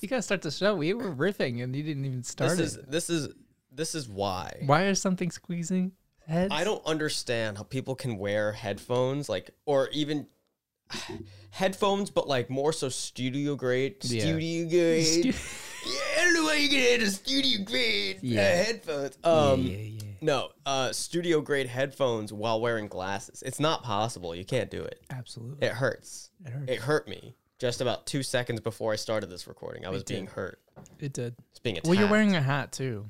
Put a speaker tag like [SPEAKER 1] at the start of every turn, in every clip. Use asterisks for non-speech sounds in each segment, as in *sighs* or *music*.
[SPEAKER 1] You gotta start the show. We were riffing and you didn't even start
[SPEAKER 2] This is
[SPEAKER 1] it.
[SPEAKER 2] this is this is why.
[SPEAKER 1] Why is something squeezing heads?
[SPEAKER 2] I don't understand how people can wear headphones, like, or even *sighs* headphones, but like more so studio grade,
[SPEAKER 1] Yeah.
[SPEAKER 2] studio grade.
[SPEAKER 1] Stu-
[SPEAKER 2] yeah, I don't know why you can have a studio grade
[SPEAKER 1] Yeah.
[SPEAKER 2] uh, headphones. Um,
[SPEAKER 1] yeah, yeah.
[SPEAKER 2] no, uh, studio grade headphones while wearing glasses. It's not possible. You can't do it.
[SPEAKER 1] Absolutely.
[SPEAKER 2] It hurts.
[SPEAKER 1] It hurts.
[SPEAKER 2] It hurt me just about two seconds before I started this recording. I was being hurt.
[SPEAKER 1] It did.
[SPEAKER 2] It's being attacked.
[SPEAKER 1] Well, you're wearing a hat too.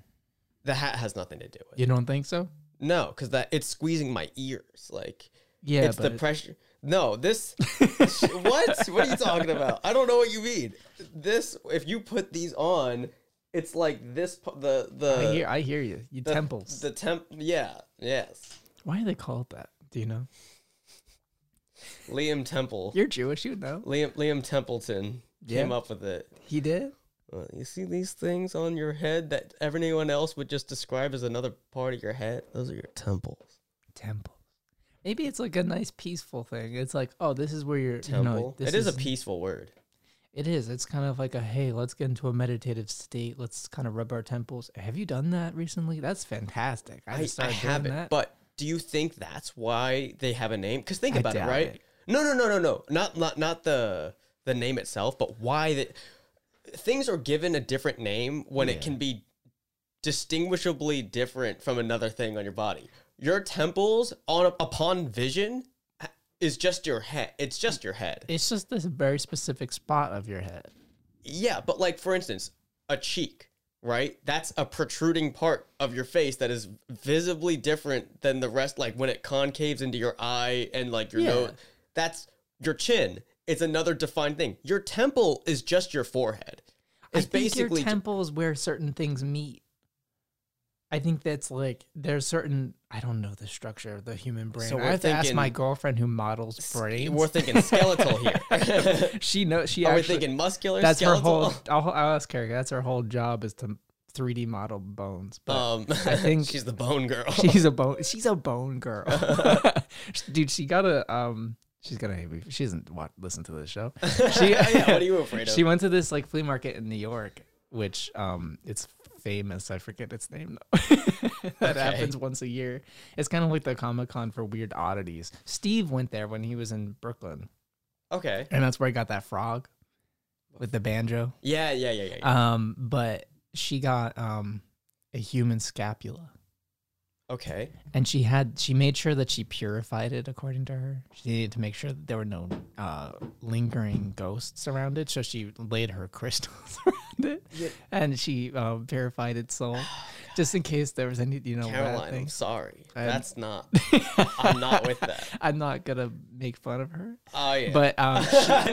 [SPEAKER 2] the hat has nothing to do with it.
[SPEAKER 1] You don't think so?
[SPEAKER 2] No, because that it's squeezing my ears. Like.
[SPEAKER 1] Yeah,
[SPEAKER 2] it's the
[SPEAKER 1] but-
[SPEAKER 2] pressure. No,
[SPEAKER 1] *laughs*
[SPEAKER 2] this. what? What are you talking about? I don't know what you mean. This, if you put these on, it's like this. p- The
[SPEAKER 1] I
[SPEAKER 2] the
[SPEAKER 1] hear. I hear you. You
[SPEAKER 2] uh, the,
[SPEAKER 1] temples.
[SPEAKER 2] The temp. Yeah. Yes.
[SPEAKER 1] Why do they call it that? Do you know?
[SPEAKER 2] Liam Temple.
[SPEAKER 1] You're Jewish. You know.
[SPEAKER 2] Liam Liam Templeton came
[SPEAKER 1] Yeah.
[SPEAKER 2] up with it.
[SPEAKER 1] He did.
[SPEAKER 2] Uh, You see these things on your head that everyone else would just describe as another part of your head. Those are your temples.
[SPEAKER 1] Temples. Maybe it's like a nice peaceful thing. It's like, oh, this is where you're.
[SPEAKER 2] Temple.
[SPEAKER 1] No, this
[SPEAKER 2] it is a peaceful word.
[SPEAKER 1] It is. It's kind of like a hey, let's get into a meditative state. Let's kind of rub our temples. Have you done that recently? That's fantastic. I,
[SPEAKER 2] I,
[SPEAKER 1] just
[SPEAKER 2] I
[SPEAKER 1] started doing
[SPEAKER 2] haven't.
[SPEAKER 1] that.
[SPEAKER 2] But do you think that's why they have a name? Because think
[SPEAKER 1] I
[SPEAKER 2] about it,
[SPEAKER 1] doubt
[SPEAKER 2] right?
[SPEAKER 1] it.
[SPEAKER 2] No, no, no, no, no. Not not not the the name itself, but why that things are given a different name when it can be distinguishably different from another thing on your body. Your temples on upon vision uh, is just your head. It's just your head.
[SPEAKER 1] it's just this very specific spot of your head.
[SPEAKER 2] Yeah, but like for instance, a cheek, right? That's a protruding part of your face that is visibly different than the rest. Like when it concaves into your eye and like your
[SPEAKER 1] Yeah.
[SPEAKER 2] nose, that's your chin. It's another defined thing. Your temple is just your forehead. It's
[SPEAKER 1] I think
[SPEAKER 2] basically
[SPEAKER 1] your temple is where certain things meet. I think that's like there's certain I don't know the structure of the human brain.
[SPEAKER 2] So
[SPEAKER 1] I
[SPEAKER 2] we're
[SPEAKER 1] have to ask
[SPEAKER 2] thinking-
[SPEAKER 1] my girlfriend who models brains.
[SPEAKER 2] we're thinking skeletal here.
[SPEAKER 1] *laughs* she knows she
[SPEAKER 2] *laughs* Are we
[SPEAKER 1] actually
[SPEAKER 2] thinking muscular?
[SPEAKER 1] that's
[SPEAKER 2] skeletal?
[SPEAKER 1] her whole. I'll, I'll ask her. That's her whole job is to 3D model bones. But
[SPEAKER 2] *laughs* Um,
[SPEAKER 1] I think-
[SPEAKER 2] she's the bone girl.
[SPEAKER 1] She's a bone. She's a bone girl, *laughs* dude. She got a um. She's gonna hate me. She doesn't watch, listen to this show. She,
[SPEAKER 2] *laughs* *laughs* yeah, what are you afraid
[SPEAKER 1] *laughs*
[SPEAKER 2] of?
[SPEAKER 1] she went to this like flea market in New York, which um, it's famous. I forget its name though. *laughs* that
[SPEAKER 2] Okay.
[SPEAKER 1] happens once a year. It's kind of like the Comic Con for weird oddities. Steve went there when he was in Brooklyn,
[SPEAKER 2] okay.
[SPEAKER 1] and that's where I got that frog with the banjo.
[SPEAKER 2] Yeah, yeah, yeah, yeah. yeah.
[SPEAKER 1] Um, but she got um a human scapula.
[SPEAKER 2] okay.
[SPEAKER 1] and she had she made sure that she purified it according to her she needed to make sure that there were no uh, lingering ghosts around it so she laid her crystals *laughs* around it and she uh, purified its soul just in case there was any you know bad
[SPEAKER 2] Caroline, I'm
[SPEAKER 1] things
[SPEAKER 2] sorry.
[SPEAKER 1] I'm- *laughs*
[SPEAKER 2] That's not. I'm not with that.
[SPEAKER 1] i'm not gonna make fun of her
[SPEAKER 2] Oh yeah. *laughs*
[SPEAKER 1] but um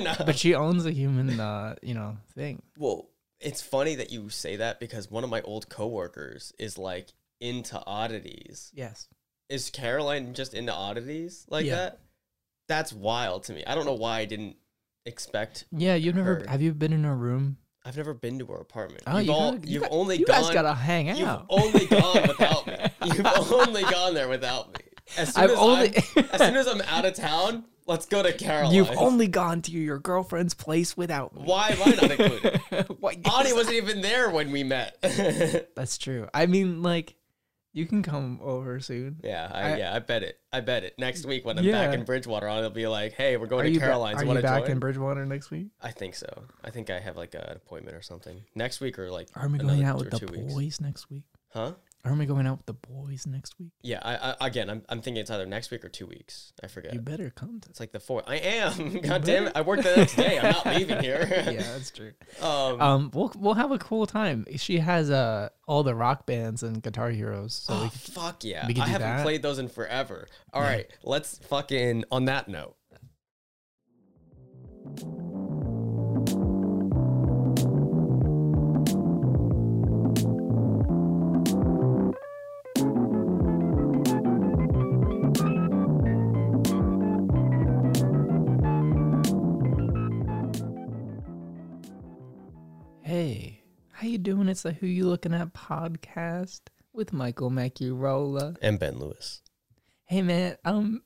[SPEAKER 2] No.
[SPEAKER 1] but she owns a human uh you know thing
[SPEAKER 2] Well, it's funny that you say that because one of my old coworkers is like into oddities.
[SPEAKER 1] yes
[SPEAKER 2] Is Caroline just into oddities like
[SPEAKER 1] Yeah.
[SPEAKER 2] that? That's wild to me. I don't know why I didn't expect.
[SPEAKER 1] yeah you've never
[SPEAKER 2] Her.
[SPEAKER 1] have you been in her room
[SPEAKER 2] I've never been to her apartment.
[SPEAKER 1] oh
[SPEAKER 2] you've
[SPEAKER 1] you
[SPEAKER 2] all,
[SPEAKER 1] gotta- you
[SPEAKER 2] you've
[SPEAKER 1] got-
[SPEAKER 2] only
[SPEAKER 1] you
[SPEAKER 2] gone.
[SPEAKER 1] guys gotta hang
[SPEAKER 2] you've
[SPEAKER 1] out
[SPEAKER 2] only gone without me.
[SPEAKER 1] *laughs*
[SPEAKER 2] You've only gone there without me. As soon
[SPEAKER 1] I've
[SPEAKER 2] as
[SPEAKER 1] only-
[SPEAKER 2] I'm, as soon as I'm out of town, let's go to Caroline.
[SPEAKER 1] You've only gone to your girlfriend's place without me.
[SPEAKER 2] why am I not *laughs* included?
[SPEAKER 1] *laughs* What-
[SPEAKER 2] Audie wasn't even there when we met.
[SPEAKER 1] That's true. I mean, like, you can come over soon.
[SPEAKER 2] *laughs* Yeah, I,
[SPEAKER 1] I-
[SPEAKER 2] yeah, I bet it. I bet it. Next week when I'm
[SPEAKER 1] Yeah.
[SPEAKER 2] back in Bridgewater, I'll be like, "Hey, we're going
[SPEAKER 1] Are
[SPEAKER 2] to
[SPEAKER 1] you, ba-
[SPEAKER 2] Caroline's.
[SPEAKER 1] are
[SPEAKER 2] want
[SPEAKER 1] you
[SPEAKER 2] to
[SPEAKER 1] back
[SPEAKER 2] join?"
[SPEAKER 1] in Bridgewater next week?
[SPEAKER 2] I think so. I think I have like an appointment or something next week or like.
[SPEAKER 1] Are we
[SPEAKER 2] another
[SPEAKER 1] going out with
[SPEAKER 2] th-
[SPEAKER 1] the
[SPEAKER 2] or two weeks.
[SPEAKER 1] boys next week?
[SPEAKER 2] Huh?
[SPEAKER 1] Are we going out with the boys next week?
[SPEAKER 2] Yeah. I, I again, I'm, I'm thinking it's either next week or two weeks. I forget.
[SPEAKER 1] You better come *laughs* to.
[SPEAKER 2] it's like the fourth. I am. *laughs* God damn it! I work the next day. I'm not
[SPEAKER 1] *laughs*
[SPEAKER 2] leaving here.
[SPEAKER 1] Yeah, that's true.
[SPEAKER 2] *laughs*
[SPEAKER 1] *laughs*
[SPEAKER 2] um,
[SPEAKER 1] Um, we'll we'll have a cool time. She has uh all the rock bands and guitar heroes, so *gasps* we
[SPEAKER 2] oh,
[SPEAKER 1] can,
[SPEAKER 2] fuck yeah!
[SPEAKER 1] we can
[SPEAKER 2] I
[SPEAKER 1] do
[SPEAKER 2] haven't
[SPEAKER 1] that.
[SPEAKER 2] played those in forever. All right, let's fucking on that note.
[SPEAKER 1] hey, how you doing? It's the Who You Looking At podcast with Michael Macurola.
[SPEAKER 2] And Ben Lewis.
[SPEAKER 1] Hey man, um,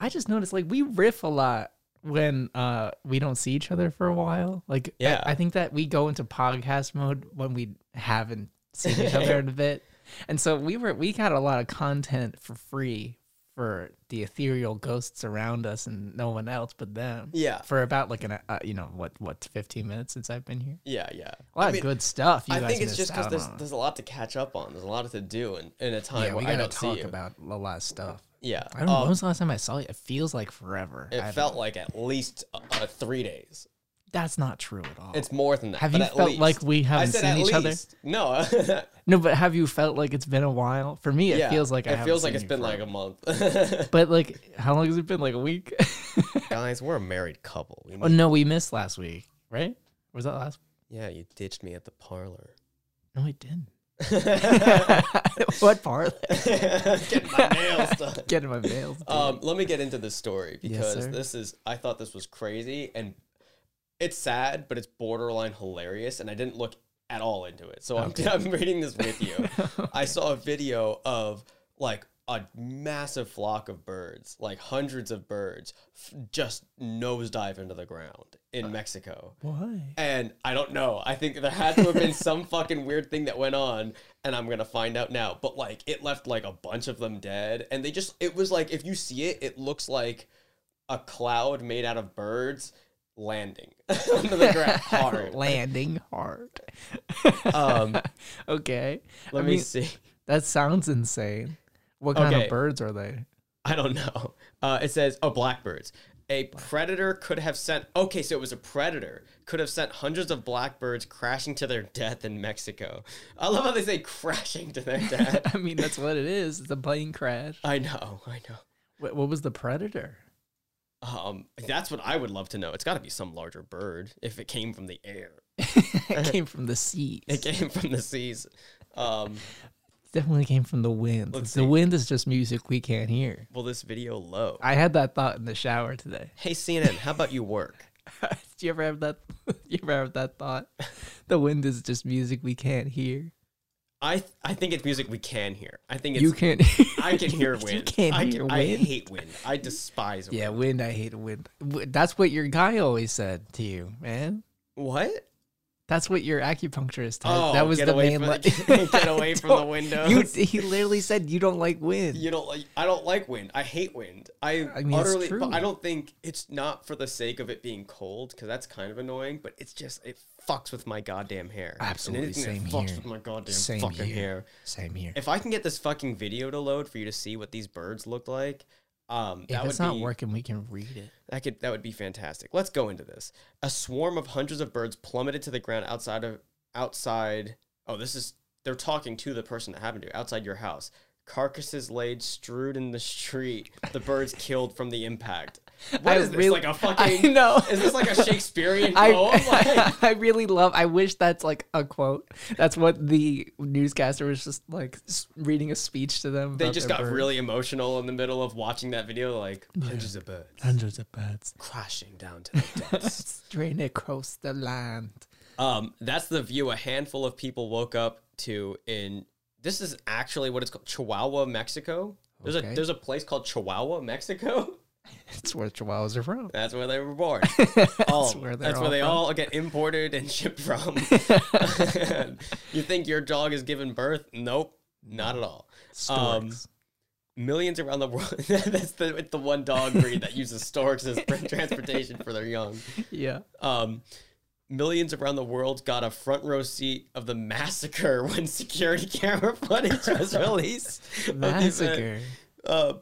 [SPEAKER 1] I just noticed like we riff a lot when uh we don't see each other for a while. Like, I-
[SPEAKER 2] Yeah.
[SPEAKER 1] I, think that we go into podcast mode when we haven't seen each other in a
[SPEAKER 2] *laughs*
[SPEAKER 1] bit, and so we were we got a lot of content for free for the ethereal ghosts around us and no one else but them.
[SPEAKER 2] Yeah.
[SPEAKER 1] for about like an uh, you know what what fifteen minutes since I've been here.
[SPEAKER 2] Yeah, yeah.
[SPEAKER 1] A lot
[SPEAKER 2] I mean,
[SPEAKER 1] of good stuff. You
[SPEAKER 2] I
[SPEAKER 1] guys
[SPEAKER 2] think it's
[SPEAKER 1] missed
[SPEAKER 2] just because
[SPEAKER 1] out
[SPEAKER 2] there's,
[SPEAKER 1] on.
[SPEAKER 2] there's a lot to catch up on. There's a lot to do in, in a time
[SPEAKER 1] yeah, we
[SPEAKER 2] where I
[SPEAKER 1] gotta
[SPEAKER 2] don't
[SPEAKER 1] talk
[SPEAKER 2] see you.
[SPEAKER 1] about a lot of stuff.
[SPEAKER 2] yeah,
[SPEAKER 1] I don't know.
[SPEAKER 2] um,
[SPEAKER 1] When was the last time I saw you? It feels like forever. I
[SPEAKER 2] it
[SPEAKER 1] don't-
[SPEAKER 2] felt like at least uh, uh, three days.
[SPEAKER 1] that's not true at all.
[SPEAKER 2] It's more than that.
[SPEAKER 1] Have
[SPEAKER 2] but
[SPEAKER 1] you
[SPEAKER 2] at
[SPEAKER 1] felt
[SPEAKER 2] least.
[SPEAKER 1] like we
[SPEAKER 2] I
[SPEAKER 1] haven't
[SPEAKER 2] said
[SPEAKER 1] seen
[SPEAKER 2] at
[SPEAKER 1] each other?
[SPEAKER 2] least. No. *laughs*
[SPEAKER 1] No, but have you felt like it's been a while? For me, it
[SPEAKER 2] yeah.
[SPEAKER 1] feels like I
[SPEAKER 2] it
[SPEAKER 1] haven't
[SPEAKER 2] feels like
[SPEAKER 1] seen
[SPEAKER 2] it's
[SPEAKER 1] you
[SPEAKER 2] been
[SPEAKER 1] for-
[SPEAKER 2] like a month.
[SPEAKER 1] *laughs* But like, how long has it been? Like a week? *laughs*
[SPEAKER 2] Guys, we're a married couple. We
[SPEAKER 1] oh
[SPEAKER 2] need-
[SPEAKER 1] no, we missed last week, right? Was that last?
[SPEAKER 2] Yeah, you ditched me at the parlor.
[SPEAKER 1] No, we didn't. *laughs* what part?
[SPEAKER 2] *laughs*
[SPEAKER 1] *laughs*
[SPEAKER 2] Getting my nails done.
[SPEAKER 1] Getting my mail.
[SPEAKER 2] Um, let me get into this story
[SPEAKER 1] Yes,
[SPEAKER 2] because
[SPEAKER 1] sir.
[SPEAKER 2] this is I thought this was crazy and it's sad, but it's borderline hilarious, and I didn't look at all into it. So *laughs* I'm, I'm reading this with you.
[SPEAKER 1] *laughs*
[SPEAKER 2] I saw a video of like a massive flock of birds, like hundreds of birds, f- just nosedive into the ground
[SPEAKER 1] Uh.
[SPEAKER 2] in Mexico.
[SPEAKER 1] Why?
[SPEAKER 2] And I don't know. I think there had to have been some *laughs* fucking weird thing that went on, and I'm gonna find out now. But like, it left like a bunch of them dead, and they just it was like if you see it, it looks like a cloud made out of birds landing *laughs* onto the ground hard.
[SPEAKER 1] Landing hard.
[SPEAKER 2] Um,
[SPEAKER 1] Okay.
[SPEAKER 2] let
[SPEAKER 1] I
[SPEAKER 2] me
[SPEAKER 1] mean,
[SPEAKER 2] see.
[SPEAKER 1] that sounds insane. What kind
[SPEAKER 2] Okay.
[SPEAKER 1] of birds are they? *laughs*
[SPEAKER 2] *laughs* I don't know. Uh, it says, oh, blackbirds. A predator could have sent. Okay, so it was a predator could have sent hundreds of blackbirds crashing to their death in Mexico. I love how they say crashing to their death.
[SPEAKER 1] I mean, that's what it is. It's a plane crash.
[SPEAKER 2] I know, I know.
[SPEAKER 1] What, what was the predator? *laughs*
[SPEAKER 2] Um, that's what I would love to know. It's got to be some larger bird if it came from the air. *laughs*
[SPEAKER 1] it came from the sea. *laughs*
[SPEAKER 2] It came from the seas. Um,
[SPEAKER 1] definitely came from the wind.
[SPEAKER 2] Let's
[SPEAKER 1] the
[SPEAKER 2] see.
[SPEAKER 1] wind is just music we can't hear.
[SPEAKER 2] will this video low?
[SPEAKER 1] I had that thought in the shower
[SPEAKER 2] *laughs*
[SPEAKER 1] today.
[SPEAKER 2] Hey CNN, how about you work?
[SPEAKER 1] Do you ever have
[SPEAKER 2] *laughs*
[SPEAKER 1] that? you ever have that thought? *laughs* The wind is just music we can't hear.
[SPEAKER 2] I th- I think it's music we can hear. I think it's
[SPEAKER 1] You
[SPEAKER 2] *laughs*
[SPEAKER 1] can't. *laughs* Hear.
[SPEAKER 2] I can hear wind.
[SPEAKER 1] You can't
[SPEAKER 2] I,
[SPEAKER 1] hear
[SPEAKER 2] can, I
[SPEAKER 1] wind.
[SPEAKER 2] hate wind. I despise wind.
[SPEAKER 1] yeah, wind. I hate wind. W- That's what your guy always said to you, man.
[SPEAKER 2] What?
[SPEAKER 1] That's what your acupuncturist. Had.
[SPEAKER 2] Oh,
[SPEAKER 1] that was
[SPEAKER 2] get
[SPEAKER 1] the
[SPEAKER 2] away
[SPEAKER 1] main.
[SPEAKER 2] from
[SPEAKER 1] li-
[SPEAKER 2] the- *laughs*
[SPEAKER 1] *laughs*
[SPEAKER 2] get away from the
[SPEAKER 1] Don't-
[SPEAKER 2] windows.
[SPEAKER 1] You, he literally said you don't like
[SPEAKER 2] *laughs*
[SPEAKER 1] wind.
[SPEAKER 2] You don't like. I don't like wind. I hate wind. I,
[SPEAKER 1] I mean, it's
[SPEAKER 2] utterly.
[SPEAKER 1] true.
[SPEAKER 2] But I don't think it's not for the sake of it being cold because that's kind of annoying. But it's just it fucks with my goddamn hair. And
[SPEAKER 1] Absolutely,
[SPEAKER 2] anything that
[SPEAKER 1] same
[SPEAKER 2] fucks
[SPEAKER 1] here.
[SPEAKER 2] with my goddamn
[SPEAKER 1] Same
[SPEAKER 2] fucking
[SPEAKER 1] here.
[SPEAKER 2] hair.
[SPEAKER 1] Same here.
[SPEAKER 2] If I can get this fucking video to load for you to see what these birds look like, um,
[SPEAKER 1] If
[SPEAKER 2] that would
[SPEAKER 1] it's not
[SPEAKER 2] be
[SPEAKER 1] working, we can read it.
[SPEAKER 2] that could that would be fantastic. Let's go into this. A swarm of hundreds of birds plummeted to the ground outside of outside. Oh, this is they're talking to the person that happened to outside your house. Carcasses laid strewed in the street. The birds
[SPEAKER 1] *laughs*
[SPEAKER 2] killed from the impact. What
[SPEAKER 1] I
[SPEAKER 2] is this?
[SPEAKER 1] really-
[SPEAKER 2] Like a
[SPEAKER 1] *laughs*
[SPEAKER 2] fucking?
[SPEAKER 1] I know.
[SPEAKER 2] Is this like a
[SPEAKER 1] *laughs*
[SPEAKER 2] Shakespearean
[SPEAKER 1] I,
[SPEAKER 2] poem? Oh,
[SPEAKER 1] *laughs*
[SPEAKER 2] Like,
[SPEAKER 1] I really love. I wish that's like a quote. That's what the newscaster was just like s- reading a speech to them.
[SPEAKER 2] they
[SPEAKER 1] about
[SPEAKER 2] just
[SPEAKER 1] their
[SPEAKER 2] got
[SPEAKER 1] bird.
[SPEAKER 2] really emotional in the middle of watching that video. Like hundreds of birds
[SPEAKER 1] hundreds of birds
[SPEAKER 2] crashing down
[SPEAKER 1] *laughs*
[SPEAKER 2] to the depths.
[SPEAKER 1] straying across the land.
[SPEAKER 2] Um, that's the view a handful of people woke up to in this is actually what it's called Chihuahua, Mexico. There's a
[SPEAKER 1] Okay.
[SPEAKER 2] there's a place called Chihuahua, Mexico. *laughs*
[SPEAKER 1] It's where chihuahuas are from.
[SPEAKER 2] That's where they were born.
[SPEAKER 1] *laughs* That's
[SPEAKER 2] Um,
[SPEAKER 1] where they're
[SPEAKER 2] that's where
[SPEAKER 1] all
[SPEAKER 2] they
[SPEAKER 1] from.
[SPEAKER 2] all get imported and
[SPEAKER 1] *laughs*
[SPEAKER 2] shipped from. *laughs* you think your dog is given birth? Nope, not at all. Um,
[SPEAKER 1] Storks.
[SPEAKER 2] millions around the world. *laughs* that's the it's the one dog breed that uses storks
[SPEAKER 1] *laughs*
[SPEAKER 2] as transportation for their young. *laughs*
[SPEAKER 1] yeah.
[SPEAKER 2] Um, millions around the world got a front row seat of the massacre *laughs* when security camera footage
[SPEAKER 1] *laughs*
[SPEAKER 2] was released. of the event.
[SPEAKER 1] Massacre.
[SPEAKER 2] *laughs* Uh,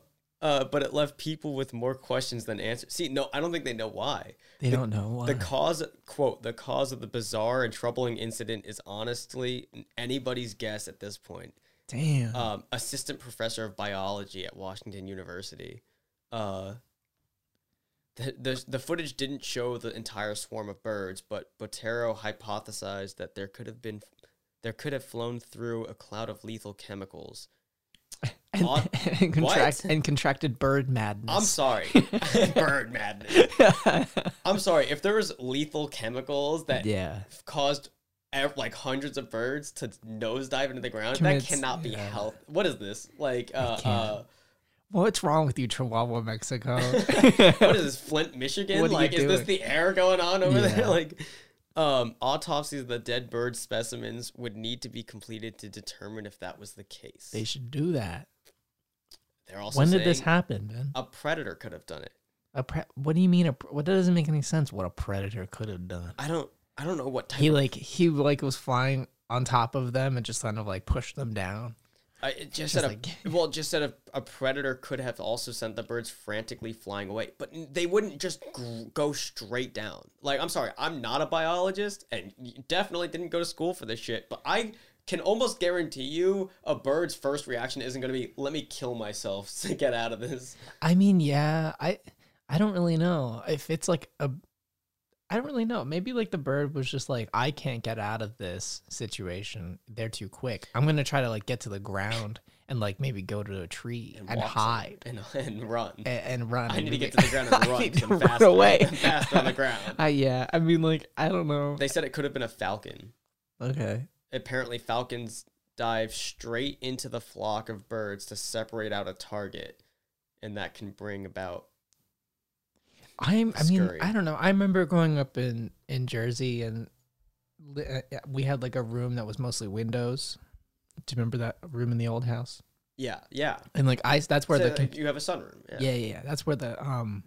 [SPEAKER 2] uh, but it left people with more questions than answers. See, no, I don't think they know why.
[SPEAKER 1] They don't know why.
[SPEAKER 2] The cause, quote, the cause of the bizarre and troubling incident is honestly anybody's guess at this point.
[SPEAKER 1] Damn.
[SPEAKER 2] Um, assistant professor of biology at Washington University. Uh, the, the, the footage didn't show the entire swarm of birds, but Botero hypothesized that there could have been there could have flown through a cloud of lethal chemicals.
[SPEAKER 1] and,
[SPEAKER 2] on-
[SPEAKER 1] *laughs* and contract and contracted bird
[SPEAKER 2] I'm
[SPEAKER 1] madness. *laughs*
[SPEAKER 2] sorry, bird madness. *laughs* I'm sorry if there was lethal chemicals that
[SPEAKER 1] yeah.
[SPEAKER 2] caused ev- like hundreds of birds to nosedive into the ground.
[SPEAKER 1] Commits-
[SPEAKER 2] that cannot be
[SPEAKER 1] yeah.
[SPEAKER 2] health. What is this like? Uh,
[SPEAKER 1] can't.
[SPEAKER 2] uh,
[SPEAKER 1] What's wrong with you, Chihuahua,
[SPEAKER 2] *laughs*
[SPEAKER 1] Mexico?
[SPEAKER 2] what is this Flint, Michigan?
[SPEAKER 1] What are you
[SPEAKER 2] like, is this
[SPEAKER 1] doing?
[SPEAKER 2] the air going on over
[SPEAKER 1] Yeah.
[SPEAKER 2] there? *laughs* Like, um, autopsies of the dead bird specimens would need to be completed to determine if that was the case.
[SPEAKER 1] they should do that.
[SPEAKER 2] They're also
[SPEAKER 1] when did this
[SPEAKER 2] saying
[SPEAKER 1] happen, Ben?
[SPEAKER 2] A predator could have done it.
[SPEAKER 1] A pre- what do you mean? A pre- what that doesn't make any sense? What a predator could have done?
[SPEAKER 2] I don't. I don't know what type.
[SPEAKER 1] He like he like was flying on top of them and just kind of like pushed them down.
[SPEAKER 2] I it just
[SPEAKER 1] Just
[SPEAKER 2] said
[SPEAKER 1] like-
[SPEAKER 2] a *laughs* well, it just said a, a predator could have also sent the birds frantically flying away, but n- they wouldn't just gr- go straight down. Like I'm sorry, I'm not a biologist, and y- definitely didn't go to school for this shit. But I can almost guarantee you, a bird's first reaction isn't going to be "Let me kill myself *laughs* to get out of this."
[SPEAKER 1] I mean, yeah, I I don't really know if it's like a I don't really know. Maybe like the bird was just like I can't get out of this situation. They're too quick. I'm going to try to like get to the ground and like maybe go to a tree and,
[SPEAKER 2] walk some-
[SPEAKER 1] hide
[SPEAKER 2] and, *laughs* and run.
[SPEAKER 1] a- and, run.
[SPEAKER 2] I
[SPEAKER 1] and
[SPEAKER 2] need to
[SPEAKER 1] be-
[SPEAKER 2] get to the ground and
[SPEAKER 1] *laughs* I
[SPEAKER 2] run.
[SPEAKER 1] need to
[SPEAKER 2] and
[SPEAKER 1] run
[SPEAKER 2] fast,
[SPEAKER 1] away.
[SPEAKER 2] *laughs* fast on
[SPEAKER 1] *laughs*
[SPEAKER 2] the ground.
[SPEAKER 1] Uh, yeah, I mean like I don't know.
[SPEAKER 2] They said it could have been a falcon.
[SPEAKER 1] Okay.
[SPEAKER 2] apparently falcons dive straight into the flock of birds to separate out a target and that can bring about
[SPEAKER 1] I'm. I mean,
[SPEAKER 2] Scurry.
[SPEAKER 1] I don't know. I remember growing up in in Jersey, and li- uh, uh, we had like a room that was mostly windows. Do you remember that room in the old house?
[SPEAKER 2] yeah yeah
[SPEAKER 1] And like I, that's where
[SPEAKER 2] So,
[SPEAKER 1] the com-
[SPEAKER 2] like, you have a sunroom yeah,
[SPEAKER 1] yeah. yeah yeah that's where the um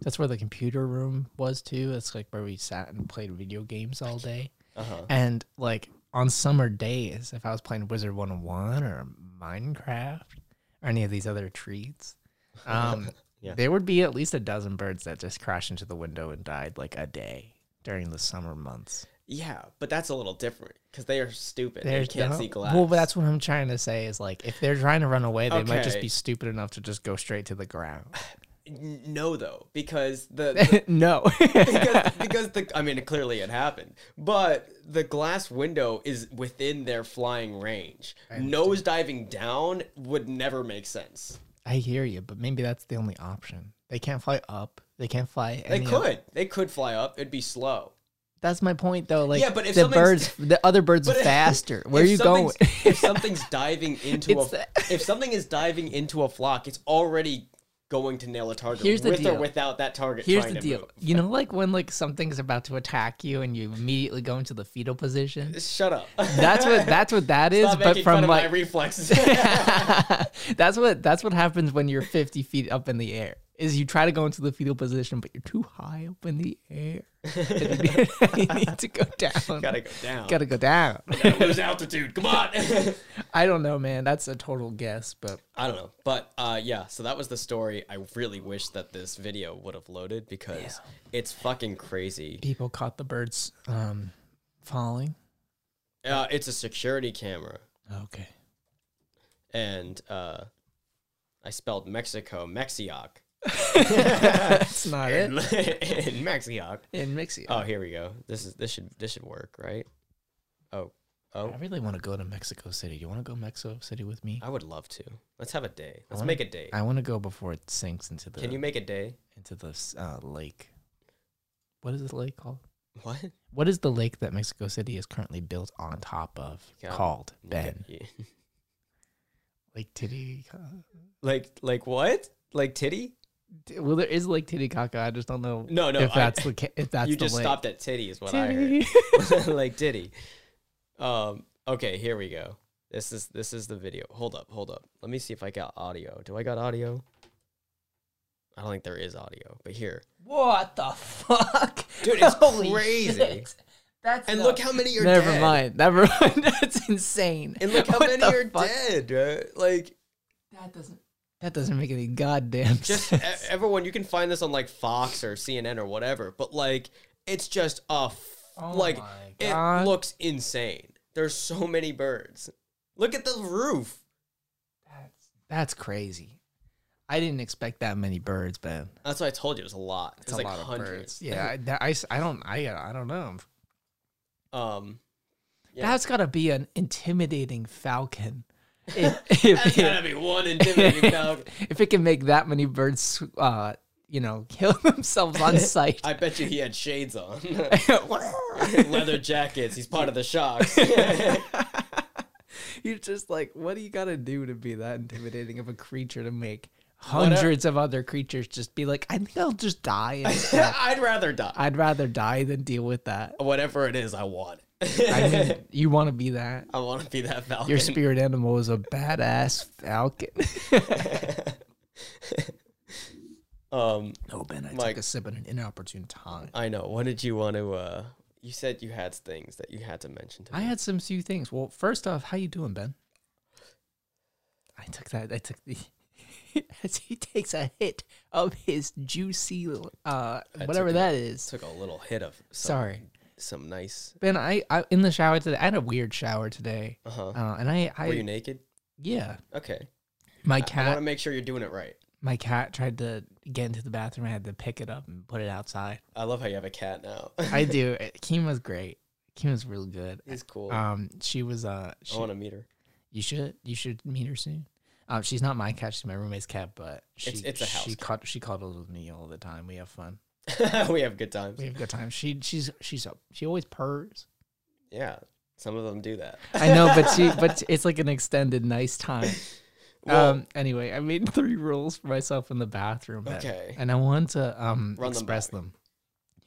[SPEAKER 1] that's where the computer room was too. That's like where we sat and played video games all day.
[SPEAKER 2] uh-huh
[SPEAKER 1] And like on summer days, if I was playing Wizard 101 or Minecraft or any of these other
[SPEAKER 2] *laughs*
[SPEAKER 1] treats, um,
[SPEAKER 2] Yeah.
[SPEAKER 1] there would be at least a dozen birds that just crashed into the window and died like a day during the summer months.
[SPEAKER 2] yeah but that's a little different because they are stupid
[SPEAKER 1] They're-
[SPEAKER 2] they can't see glass
[SPEAKER 1] Well, but that's what I'm trying to say is like if they're trying to run away, they might just
[SPEAKER 2] Okay.
[SPEAKER 1] be stupid enough to just go straight to the
[SPEAKER 2] *laughs*
[SPEAKER 1] ground. *laughs*
[SPEAKER 2] N- no though because the
[SPEAKER 1] no.
[SPEAKER 2] because, because the I mean clearly it happened, but the glass window is within their flying range. Nose diving down would never make sense.
[SPEAKER 1] I hear you, but maybe that's the only option. They can't fly up. They can't fly.
[SPEAKER 2] They
[SPEAKER 1] any of-
[SPEAKER 2] could they could fly up. It'd be slow.
[SPEAKER 1] That's my point, though. Like,
[SPEAKER 2] Yeah, but if
[SPEAKER 1] the birds,
[SPEAKER 2] something's-
[SPEAKER 1] the other birds are
[SPEAKER 2] *laughs* But if-
[SPEAKER 1] faster. Where are
[SPEAKER 2] if
[SPEAKER 1] you going? *laughs*
[SPEAKER 2] something's- if something's diving into
[SPEAKER 1] It's
[SPEAKER 2] a
[SPEAKER 1] the-
[SPEAKER 2] if something is diving into a flock, it's already going to nail a target
[SPEAKER 1] Here's the
[SPEAKER 2] with
[SPEAKER 1] deal.
[SPEAKER 2] or without that target.
[SPEAKER 1] Here's
[SPEAKER 2] trying
[SPEAKER 1] the
[SPEAKER 2] to
[SPEAKER 1] deal.
[SPEAKER 2] move.
[SPEAKER 1] You know, like when like something's about to attack you and you immediately go into the fetal position.
[SPEAKER 2] *laughs* Shut up.
[SPEAKER 1] That's
[SPEAKER 2] *laughs*
[SPEAKER 1] what that's what that is.
[SPEAKER 2] Stop
[SPEAKER 1] but
[SPEAKER 2] making
[SPEAKER 1] from
[SPEAKER 2] fun
[SPEAKER 1] like
[SPEAKER 2] of my
[SPEAKER 1] *laughs*
[SPEAKER 2] reflexes.
[SPEAKER 1] that's what that's what happens when you're 50 feet up in the air. Is you try to go into the fetal position, but you're too high up in the air. *laughs* And you need- you need
[SPEAKER 2] *laughs*
[SPEAKER 1] to go down.
[SPEAKER 2] Gotta go down.
[SPEAKER 1] Gotta go down.
[SPEAKER 2] Gotta lose altitude. Come on. *laughs*
[SPEAKER 1] I don't know, man. That's a total guess, but
[SPEAKER 2] I don't know, but uh, yeah. So that was the story. I really wish that this video would have loaded because it's fucking crazy.
[SPEAKER 1] people caught the birds um, falling.
[SPEAKER 2] Uh, it's a security camera.
[SPEAKER 1] Okay.
[SPEAKER 2] and uh, I spelled Mexico Mexioc
[SPEAKER 1] That's not it.
[SPEAKER 2] *laughs* in Mexioc.
[SPEAKER 1] In Mexico.
[SPEAKER 2] Oh, here we go. This is this should this should work, right? Oh, oh,
[SPEAKER 1] I really want to go to Mexico City. You want to go Mexico City with me?
[SPEAKER 2] I would love to. Let's have a day. Let's
[SPEAKER 1] wanna-
[SPEAKER 2] make a day.
[SPEAKER 1] I want to go before it sinks into the
[SPEAKER 2] Can you make a day?
[SPEAKER 1] into this uh, lake. What is this lake called?
[SPEAKER 2] What?
[SPEAKER 1] What is the lake that Mexico City is currently built on top of
[SPEAKER 2] Yeah.
[SPEAKER 1] called Ben?
[SPEAKER 2] *laughs* Yeah.
[SPEAKER 1] Lake Titicaca.
[SPEAKER 2] Like like what? Like titty?
[SPEAKER 1] D- Well, there is Lake Titicaca. I just don't know
[SPEAKER 2] No, no.
[SPEAKER 1] if
[SPEAKER 2] I-
[SPEAKER 1] that's the ca-
[SPEAKER 2] *laughs*
[SPEAKER 1] if that's
[SPEAKER 2] you
[SPEAKER 1] the
[SPEAKER 2] just
[SPEAKER 1] lake.
[SPEAKER 2] stopped at titty is
[SPEAKER 1] *laughs*
[SPEAKER 2] what
[SPEAKER 1] Titty.
[SPEAKER 2] I heard. *laughs* like titty. Um. Okay. Here we go. This is this is the video. Hold up. Hold up. Let me see if I got audio. Do I got audio? I don't think there is audio, but here.
[SPEAKER 1] What the fuck,
[SPEAKER 2] Dude, it's crazy.
[SPEAKER 1] That's
[SPEAKER 2] And
[SPEAKER 1] no-
[SPEAKER 2] look how many are
[SPEAKER 1] Never
[SPEAKER 2] dead.
[SPEAKER 1] mind. *laughs* Never mind. That's insane.
[SPEAKER 2] And look how
[SPEAKER 1] What
[SPEAKER 2] many
[SPEAKER 1] the
[SPEAKER 2] are
[SPEAKER 1] fuck?
[SPEAKER 2] dead. Right? Like
[SPEAKER 1] That doesn't. That doesn't make any goddamn
[SPEAKER 2] just e- *laughs*
[SPEAKER 1] sense.
[SPEAKER 2] everyone, you can find this on like Fox or CNN or whatever. But like, it's just a f-
[SPEAKER 1] Oh
[SPEAKER 2] like
[SPEAKER 1] my
[SPEAKER 2] it
[SPEAKER 1] God.
[SPEAKER 2] looks insane. There's so many birds. Look at the roof.
[SPEAKER 1] That's, that's crazy. I didn't expect that many birds, Ben.
[SPEAKER 2] That's what I told you. It was a lot. It was like hundreds.
[SPEAKER 1] Yeah, I, that- I s- I don't, I, I don't know.
[SPEAKER 2] *laughs* Um, Yeah.
[SPEAKER 1] That's got to be an intimidating falcon. *laughs* If, if,
[SPEAKER 2] *laughs* that's gotta
[SPEAKER 1] it,
[SPEAKER 2] be one intimidating dog.
[SPEAKER 1] if it can make that many birds, uh, you know, kill *laughs* themselves on sight.
[SPEAKER 2] *laughs*
[SPEAKER 1] *laughs*
[SPEAKER 2] I bet you he had shades on, *laughs*
[SPEAKER 1] You're
[SPEAKER 2] leather jackets. He's part of the *laughs* shocks.
[SPEAKER 1] just like, what do you got to do to be that intimidating of a creature to make hundreds of other creatures just be like, I think I'll just die.
[SPEAKER 2] *laughs*
[SPEAKER 1] instead."
[SPEAKER 2] I'd rather die.
[SPEAKER 1] I'd rather die than deal with
[SPEAKER 2] *laughs*
[SPEAKER 1] that.
[SPEAKER 2] Whatever it is, I want it. *laughs*
[SPEAKER 1] I mean, you want to be that.
[SPEAKER 2] I want to be that falcon.
[SPEAKER 1] Your spirit animal is a badass falcon.
[SPEAKER 2] *laughs* um,
[SPEAKER 1] oh, Ben, I
[SPEAKER 2] Mike.
[SPEAKER 1] took a sip at an inopportune time.
[SPEAKER 2] I know. What did you want to? uh You said you had things that you had to mention to
[SPEAKER 1] I
[SPEAKER 2] me.
[SPEAKER 1] had some few things. Well, first off, how you doing, Ben? I took that. I took the. *laughs* As he takes a hit of his juicy, uh,
[SPEAKER 2] took
[SPEAKER 1] whatever
[SPEAKER 2] a-
[SPEAKER 1] that is.
[SPEAKER 2] Took a little hit of some,
[SPEAKER 1] Sorry,
[SPEAKER 2] some nice.
[SPEAKER 1] Ben. I, I in the shower today. I had a weird shower today,
[SPEAKER 2] Uh huh.
[SPEAKER 1] uh, and I, I
[SPEAKER 2] Were you naked?
[SPEAKER 1] yeah,
[SPEAKER 2] Okay.
[SPEAKER 1] my
[SPEAKER 2] I want
[SPEAKER 1] cat,
[SPEAKER 2] to make sure you're doing it right.
[SPEAKER 1] my cat tried to get into the bathroom. I had to pick it up and put it outside.
[SPEAKER 2] I love how you have a cat now. *laughs*
[SPEAKER 1] I do. Kima's great. Kima's real good.
[SPEAKER 2] He's cool.
[SPEAKER 1] Um, she was uh, she,
[SPEAKER 2] I want to meet her.
[SPEAKER 1] You should you should meet her soon. Um, she's not my cat; she's my roommate's cat. But she
[SPEAKER 2] It's- it's a house
[SPEAKER 1] she
[SPEAKER 2] cat.
[SPEAKER 1] cud- she cuddles with me all the time. We have fun.
[SPEAKER 2] *laughs* we have good times.
[SPEAKER 1] We have *laughs* good times. She she's she's up. She always purrs.
[SPEAKER 2] Yeah, some of them do that.
[SPEAKER 1] I know, but *laughs* she but it's like an extended nice time.
[SPEAKER 2] Well-
[SPEAKER 1] um. Anyway, I made *laughs* three rules for myself in the bathroom. Ben,
[SPEAKER 2] Okay.
[SPEAKER 1] And I want to um
[SPEAKER 2] Run them
[SPEAKER 1] express
[SPEAKER 2] by
[SPEAKER 1] them,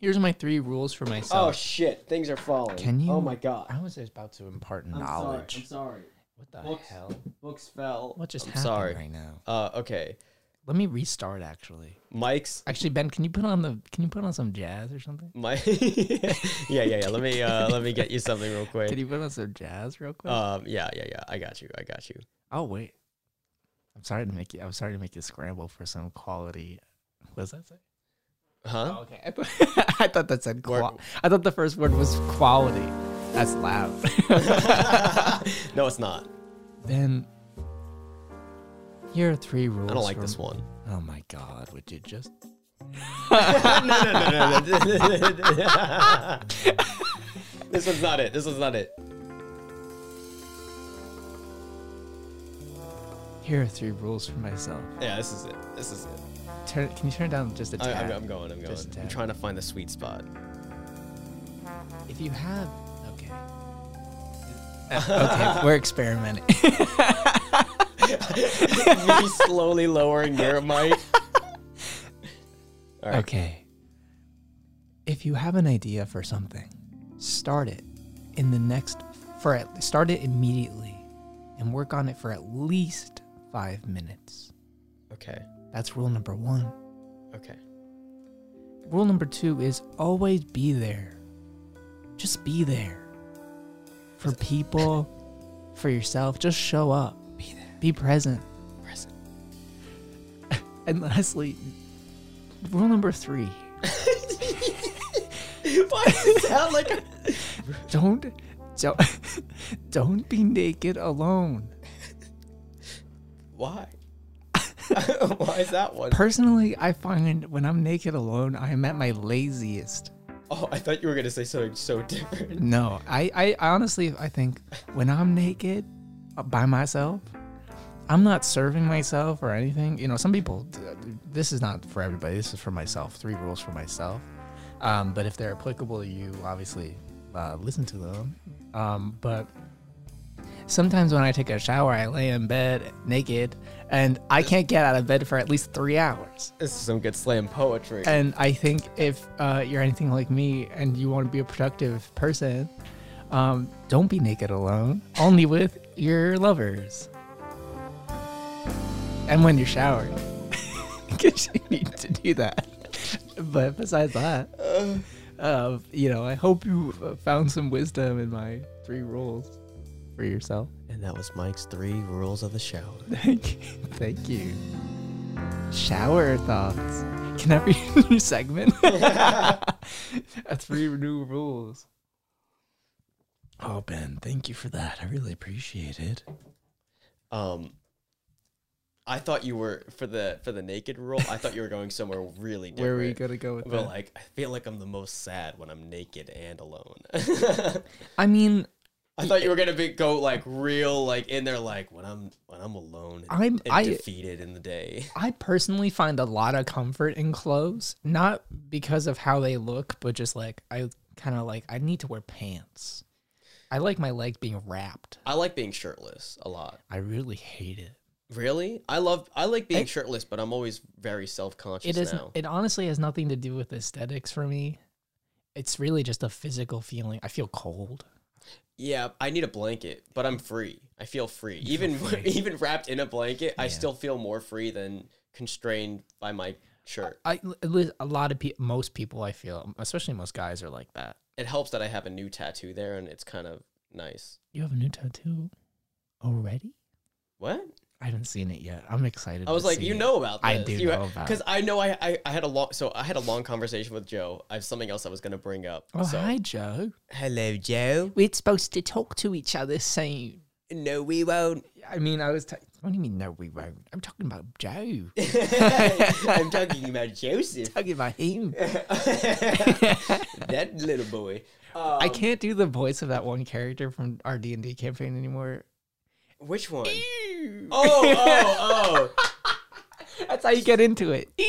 [SPEAKER 1] Here's my three rules for
[SPEAKER 2] oh
[SPEAKER 1] myself.
[SPEAKER 2] shit, things are falling.
[SPEAKER 1] Can you-
[SPEAKER 2] Oh my god.
[SPEAKER 1] I was about to impart
[SPEAKER 2] I'm
[SPEAKER 1] knowledge.
[SPEAKER 2] sorry. I'm sorry.
[SPEAKER 1] What the
[SPEAKER 2] Books.
[SPEAKER 1] hell?
[SPEAKER 2] Books fell.
[SPEAKER 1] What just
[SPEAKER 2] I'm
[SPEAKER 1] happened
[SPEAKER 2] sorry.
[SPEAKER 1] right now?
[SPEAKER 2] Uh, okay.
[SPEAKER 1] Let me restart. Actually.
[SPEAKER 2] Mike's
[SPEAKER 1] Actually, Ben, can you put on the can you put on some jazz or something?
[SPEAKER 2] Mike. *laughs* yeah, yeah, yeah. Let me uh, let me get you something real
[SPEAKER 1] Can
[SPEAKER 2] quick.
[SPEAKER 1] you put on some jazz real quick?
[SPEAKER 2] Um, yeah, yeah, yeah. I got you. I got you.
[SPEAKER 1] Uh, oh wait, I'm sorry to make you. I'm sorry to make you scramble for some quality. What does that say?
[SPEAKER 2] Huh?
[SPEAKER 1] Oh, okay, I thought, *laughs* I thought that said qua- I thought the first word was quality. That's *laughs* loud.
[SPEAKER 2] no, it's not.
[SPEAKER 1] ben, here are three rules.
[SPEAKER 2] I don't like
[SPEAKER 1] for-
[SPEAKER 2] this one. *laughs*
[SPEAKER 1] Oh my god! Would you just?
[SPEAKER 2] This one's not it. This one's not it.
[SPEAKER 1] Here are three rules for myself.
[SPEAKER 2] Yeah, this is it. This is it.
[SPEAKER 1] Turn. Can you turn it down just a
[SPEAKER 2] I,
[SPEAKER 1] tad?
[SPEAKER 2] I'm, I'm going. I'm going.
[SPEAKER 1] Just
[SPEAKER 2] I'm
[SPEAKER 1] tap.
[SPEAKER 2] trying to find the sweet spot.
[SPEAKER 1] If you have, okay. *laughs* okay, we're experimenting.
[SPEAKER 2] Me slowly lowering your mic. All right.
[SPEAKER 1] Okay. If you have an idea for something, start it in the next for at, start it immediately and work on it for at least 5 minutes.
[SPEAKER 2] Okay.
[SPEAKER 1] That's rule number 1.
[SPEAKER 2] Okay.
[SPEAKER 1] Rule number 2 is always be there. Just be there. For people, for yourself, just show up. Be there. Be present.
[SPEAKER 2] Present.
[SPEAKER 1] And *laughs* lastly, rule number 3
[SPEAKER 2] Why does it *laughs* sound like a... *laughs*
[SPEAKER 1] don't don't *laughs* don't be naked alone.
[SPEAKER 2] Why? *laughs* Why is that one?
[SPEAKER 1] Personally, I find when I'm naked alone, I am at my laziest.
[SPEAKER 2] Oh, I thought you were gonna say something so different.
[SPEAKER 1] No, I, I I honestly I think when I'm naked uh, by myself, I'm not serving myself or anything. You know, some people this is not for everybody. This is for myself. Three rules for myself. Um, but if they're applicable to you, obviously uh, listen to them. Um, but sometimes when I take a shower, I lay in bed naked and I can't get out of bed for at least three hours.
[SPEAKER 2] This is some good slam poetry.
[SPEAKER 1] And I think if uh, you're anything like me and you want to be a productive person, um, don't be naked alone, only with your lovers. And when you're *laughs* showering, because you need to do that. But besides that, uh, you know, I hope you uh, found some wisdom in my three rules for yourself.
[SPEAKER 2] And that was Mike's three rules of the shower.
[SPEAKER 1] Thank you. Shower thoughts. Can that be *laughs* a new segment? Uh, Three new rules. Oh, Ben, thank you for that. I really appreciate it.
[SPEAKER 2] Um, I thought you were for the for the naked rule. I thought you were going somewhere really different.
[SPEAKER 1] Where are we going to go with
[SPEAKER 2] But
[SPEAKER 1] that?
[SPEAKER 2] like, I feel like I'm the most sad when I'm naked and alone. *laughs*
[SPEAKER 1] I mean,
[SPEAKER 2] I thought you were gonna be go like real like in there like when I'm when I'm alone. And,
[SPEAKER 1] I'm-
[SPEAKER 2] and
[SPEAKER 1] I-
[SPEAKER 2] defeated in the day.
[SPEAKER 1] I personally find a lot of comfort in clothes, not because of how they look, but just like I kind of like, I need to wear pants. I like my legs being wrapped.
[SPEAKER 2] I like being shirtless a lot.
[SPEAKER 1] I really hate it.
[SPEAKER 2] Really? I love I like being shirtless, but I'm always very self conscious
[SPEAKER 1] It is.
[SPEAKER 2] now.
[SPEAKER 1] It honestly has nothing to do with aesthetics for me. It's really just a physical feeling. I feel cold.
[SPEAKER 2] yeah, I need a blanket, but I'm free. I feel free.
[SPEAKER 1] You feel
[SPEAKER 2] even
[SPEAKER 1] free.
[SPEAKER 2] *laughs* even wrapped in a blanket, I
[SPEAKER 1] Yeah.
[SPEAKER 2] still feel more free than constrained by my shirt.
[SPEAKER 1] I at least a lot of people, most people, I feel, especially most guys, are like that.
[SPEAKER 2] It helps that I have a new tattoo there, and it's kind of nice.
[SPEAKER 1] You have a new tattoo already?
[SPEAKER 2] What?
[SPEAKER 1] I haven't seen it yet. I'm excited.
[SPEAKER 2] I was
[SPEAKER 1] to
[SPEAKER 2] like,
[SPEAKER 1] see
[SPEAKER 2] you
[SPEAKER 1] it.
[SPEAKER 2] know about this.
[SPEAKER 1] I do know about
[SPEAKER 2] because I know I, I I had a long so I had a long conversation with Joe. I have something else I was gonna bring up.
[SPEAKER 1] Oh,
[SPEAKER 2] so.
[SPEAKER 1] hi, Joe.
[SPEAKER 2] Hello, Joe.
[SPEAKER 1] We're supposed to talk to each other soon.
[SPEAKER 2] No, we won't. *laughs*
[SPEAKER 1] I mean, I was. Ta- what do you mean? No, we won't. I'm talking about
[SPEAKER 2] *laughs*
[SPEAKER 1] Joe.
[SPEAKER 2] I'm talking
[SPEAKER 1] *laughs*
[SPEAKER 2] about Joseph, *laughs*
[SPEAKER 1] talking about him.
[SPEAKER 2] that little
[SPEAKER 1] *laughs*
[SPEAKER 2] boy. Uh,
[SPEAKER 1] I can't do the voice of that one character from our D and D campaign anymore.
[SPEAKER 2] which one? Oh, oh, oh!
[SPEAKER 1] That's how you get into it.
[SPEAKER 2] *laughs* Ew-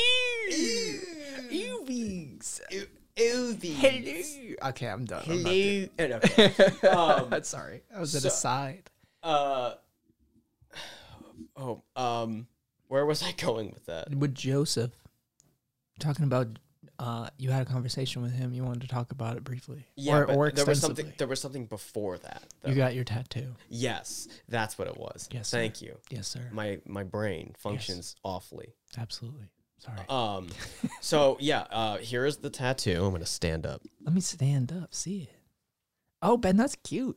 [SPEAKER 2] Ew,
[SPEAKER 1] Hello. Okay, I'm done. I'm not doing
[SPEAKER 2] Hello. Oh, no, okay.
[SPEAKER 1] it.
[SPEAKER 2] Um,
[SPEAKER 1] That's *laughs* sorry. That was an
[SPEAKER 2] so-
[SPEAKER 1] aside.
[SPEAKER 2] Uh,
[SPEAKER 1] *laughs*
[SPEAKER 2] oh, um, where was I going with that?
[SPEAKER 1] With Joseph, talking about uh, you had a conversation with him. You wanted to talk about it briefly. or,
[SPEAKER 2] but
[SPEAKER 1] or
[SPEAKER 2] there was something. uh,
[SPEAKER 1] extensively.
[SPEAKER 2] There was something before that. Though.
[SPEAKER 1] You got your tattoo.
[SPEAKER 2] yes, that's what it was.
[SPEAKER 1] Yes, sir.
[SPEAKER 2] Thank you.
[SPEAKER 1] Yes, sir.
[SPEAKER 2] My my brain functions awfully.
[SPEAKER 1] Absolutely. Sorry.
[SPEAKER 2] Um, so yeah, uh, here is the tattoo. I'm gonna stand up.
[SPEAKER 1] Let me stand up. See it. Oh, Ben, that's cute.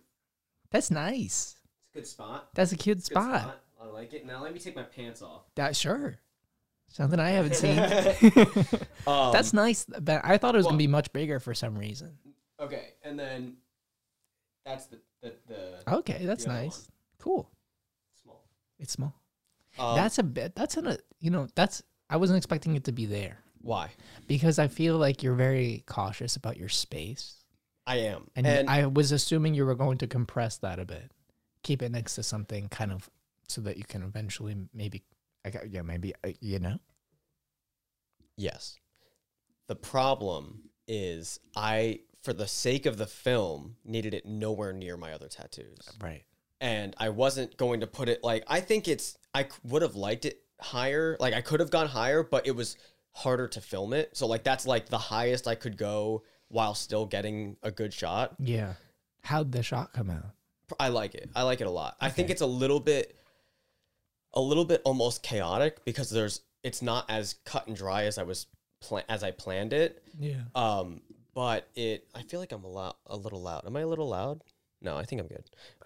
[SPEAKER 1] That's nice.
[SPEAKER 2] It's a good spot.
[SPEAKER 1] That's a cute spot.
[SPEAKER 2] I like it. Now let me take my pants off.
[SPEAKER 1] That sure. Something I
[SPEAKER 2] *laughs*
[SPEAKER 1] haven't *laughs* seen.
[SPEAKER 2] Um,
[SPEAKER 1] That's nice. Ben. I thought it was
[SPEAKER 2] well-
[SPEAKER 1] gonna be much bigger for some reason.
[SPEAKER 2] okay. And then that's the the, the
[SPEAKER 1] Okay, that's
[SPEAKER 2] The other
[SPEAKER 1] nice. Cool.
[SPEAKER 2] small.
[SPEAKER 1] It's small.
[SPEAKER 2] Um,
[SPEAKER 1] that's a bit. That's in a. You know, that's. I wasn't expecting it to be there
[SPEAKER 2] why
[SPEAKER 1] because I feel like you're very cautious about your space,
[SPEAKER 2] I am.
[SPEAKER 1] and,
[SPEAKER 2] And,
[SPEAKER 1] you- I was assuming you were going to compress that a bit, keep it next to something kind of, so that you can eventually maybe. I got, yeah, maybe uh, you know.
[SPEAKER 2] yes, the problem is I, for the sake of the film, needed it nowhere near my other tattoos.
[SPEAKER 1] Right.
[SPEAKER 2] and I wasn't going to put it like I think it's I would have liked it higher. Like I could have gone higher, but it was harder to film it. So like that's like the highest I could go while still getting a good shot.
[SPEAKER 1] Yeah. How'd the shot come out?
[SPEAKER 2] I like it. I like it a lot. I think
[SPEAKER 1] Okay.
[SPEAKER 2] it's a little bit a little bit almost chaotic because there's it's not as cut and dry as I was plan as I planned it.
[SPEAKER 1] Yeah.
[SPEAKER 2] Um but it I feel like I'm a lot a little loud. Am I a little loud? No, I think I'm good.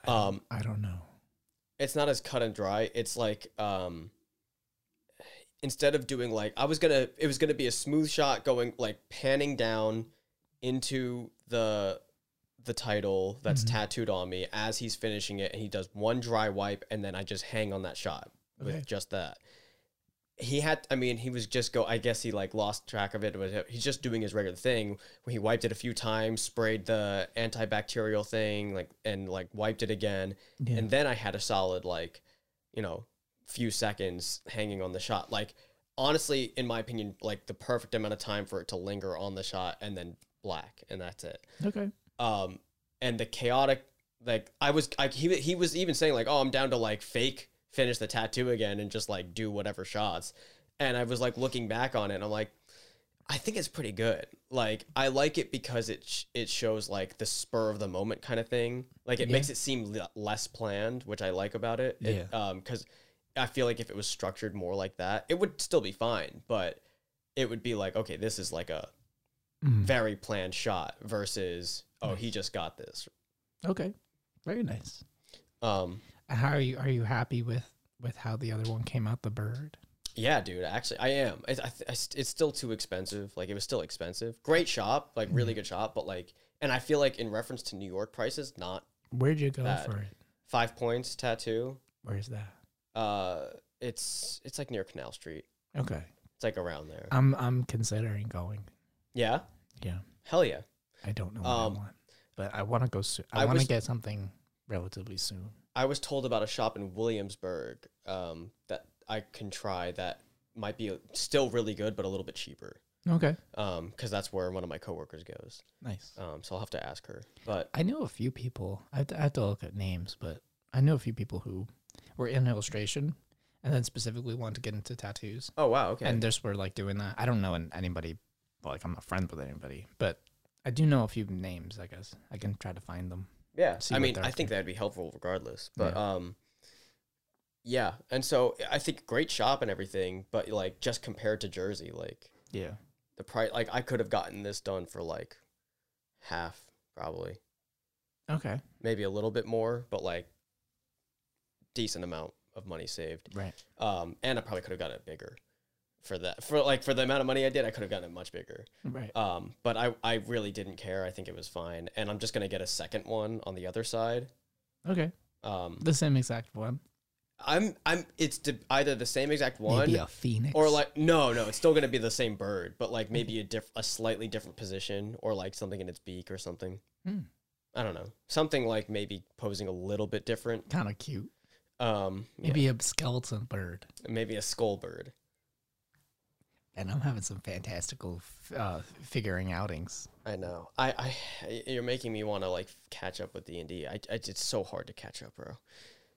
[SPEAKER 2] Um
[SPEAKER 1] I don't know.
[SPEAKER 2] it's not as cut and dry. It's like um instead of doing like I was gonna it was gonna be a smooth shot going like panning down into the the title that's
[SPEAKER 1] Mhm.
[SPEAKER 2] tattooed on me as he's finishing it and he does one dry wipe and then I just hang on that shot
[SPEAKER 1] Okay.
[SPEAKER 2] with just that. He had I mean he was just go I guess he like lost track of it but he's just doing his regular thing where he wiped it a few times, sprayed the antibacterial thing like and like wiped it again
[SPEAKER 1] Yeah.
[SPEAKER 2] and then I had a solid like, you know, few seconds hanging on the shot. Like honestly, in my opinion, like the perfect amount of time for it to linger on the shot and then black, and that's it.
[SPEAKER 1] okay.
[SPEAKER 2] Um, and the chaotic, like I was, I, he he was even saying like, oh, I'm down to like fake finish the tattoo again and just like do whatever shots, and I was like looking back on it, and I'm like. I think it's pretty good. Like I like it because it sh- it shows like the spur of the moment kind of thing. Like it
[SPEAKER 1] Yeah.
[SPEAKER 2] makes it seem le- less planned, which I like about it. it yeah. Um, because I feel like if it was structured more like that, it would still be fine. But it would be like, okay, this is like a
[SPEAKER 1] Mm.
[SPEAKER 2] very planned shot versus, oh, he just got this.
[SPEAKER 1] Okay. Very nice.
[SPEAKER 2] Um,
[SPEAKER 1] And how are you? Are you happy with with how the other one came out? The bird.
[SPEAKER 2] yeah, dude. Actually, I am. It's, I, th- I, st- it's still too expensive. Like it was still expensive. Great shop, like really good shop, but like, and I feel like in reference to New York prices, not
[SPEAKER 1] Where'd you go
[SPEAKER 2] Bad.
[SPEAKER 1] for it?
[SPEAKER 2] five points tattoo.
[SPEAKER 1] Where's that?
[SPEAKER 2] Uh, it's it's like near Canal Street.
[SPEAKER 1] Okay.
[SPEAKER 2] It's like around there.
[SPEAKER 1] I'm I'm considering going.
[SPEAKER 2] Yeah.
[SPEAKER 1] Uh, Yeah.
[SPEAKER 2] Hell yeah.
[SPEAKER 1] I don't know what
[SPEAKER 2] Um,
[SPEAKER 1] I want, but I want to go soon. I,
[SPEAKER 2] I
[SPEAKER 1] want to
[SPEAKER 2] was-
[SPEAKER 1] get something relatively soon.
[SPEAKER 2] I was told about a shop in Williamsburg um, that I can try that might be still really good, but a little bit cheaper.
[SPEAKER 1] Okay.
[SPEAKER 2] Because that's where one of my coworkers goes.
[SPEAKER 1] Nice.
[SPEAKER 2] Um, so I'll have to ask her. But
[SPEAKER 1] I know a few people. I have, to, I have to look at names, but I know a few people who were in illustration, and then specifically want to get into tattoos.
[SPEAKER 2] Oh wow. Okay.
[SPEAKER 1] And there's we're like doing that. I don't know an- anybody, well, like I'm not friends with anybody, but I do know a few names. I guess I can try to find them.
[SPEAKER 2] yeah.
[SPEAKER 1] see
[SPEAKER 2] I
[SPEAKER 1] what
[SPEAKER 2] mean,
[SPEAKER 1] they're
[SPEAKER 2] I think
[SPEAKER 1] thinking.
[SPEAKER 2] that'd be helpful regardless. But um, yeah. And so I think great shop and everything, but like just compared to Jersey, like
[SPEAKER 1] Yeah.
[SPEAKER 2] the price, like I could have gotten this done for like half, probably
[SPEAKER 1] Okay.
[SPEAKER 2] maybe a little bit more, but like decent amount of money saved.
[SPEAKER 1] Right.
[SPEAKER 2] Um, and I probably could have gotten it bigger for that. For like for the amount of money I did, I could have gotten it much bigger.
[SPEAKER 1] Right.
[SPEAKER 2] Um, but I, I really didn't care. I think it was fine. And I'm just gonna get a second one on the other side.
[SPEAKER 1] Okay.
[SPEAKER 2] Um,
[SPEAKER 1] The same exact one.
[SPEAKER 2] I'm I'm it's de- either the same exact one
[SPEAKER 1] Maybe a phoenix.
[SPEAKER 2] or like no no it's still gonna be the same bird, but like maybe a diff a slightly different position or like something in its beak or something.
[SPEAKER 1] Hmm.
[SPEAKER 2] I don't know something like maybe posing a little bit different.
[SPEAKER 1] kind of cute.
[SPEAKER 2] Um, yeah,
[SPEAKER 1] Maybe a skeleton bird.
[SPEAKER 2] maybe a skull bird.
[SPEAKER 1] And I'm having some fantastical f- uh, figuring outings.
[SPEAKER 2] I know. I, I you're making me want to like catch up with D and I, I it's so hard to catch up, bro.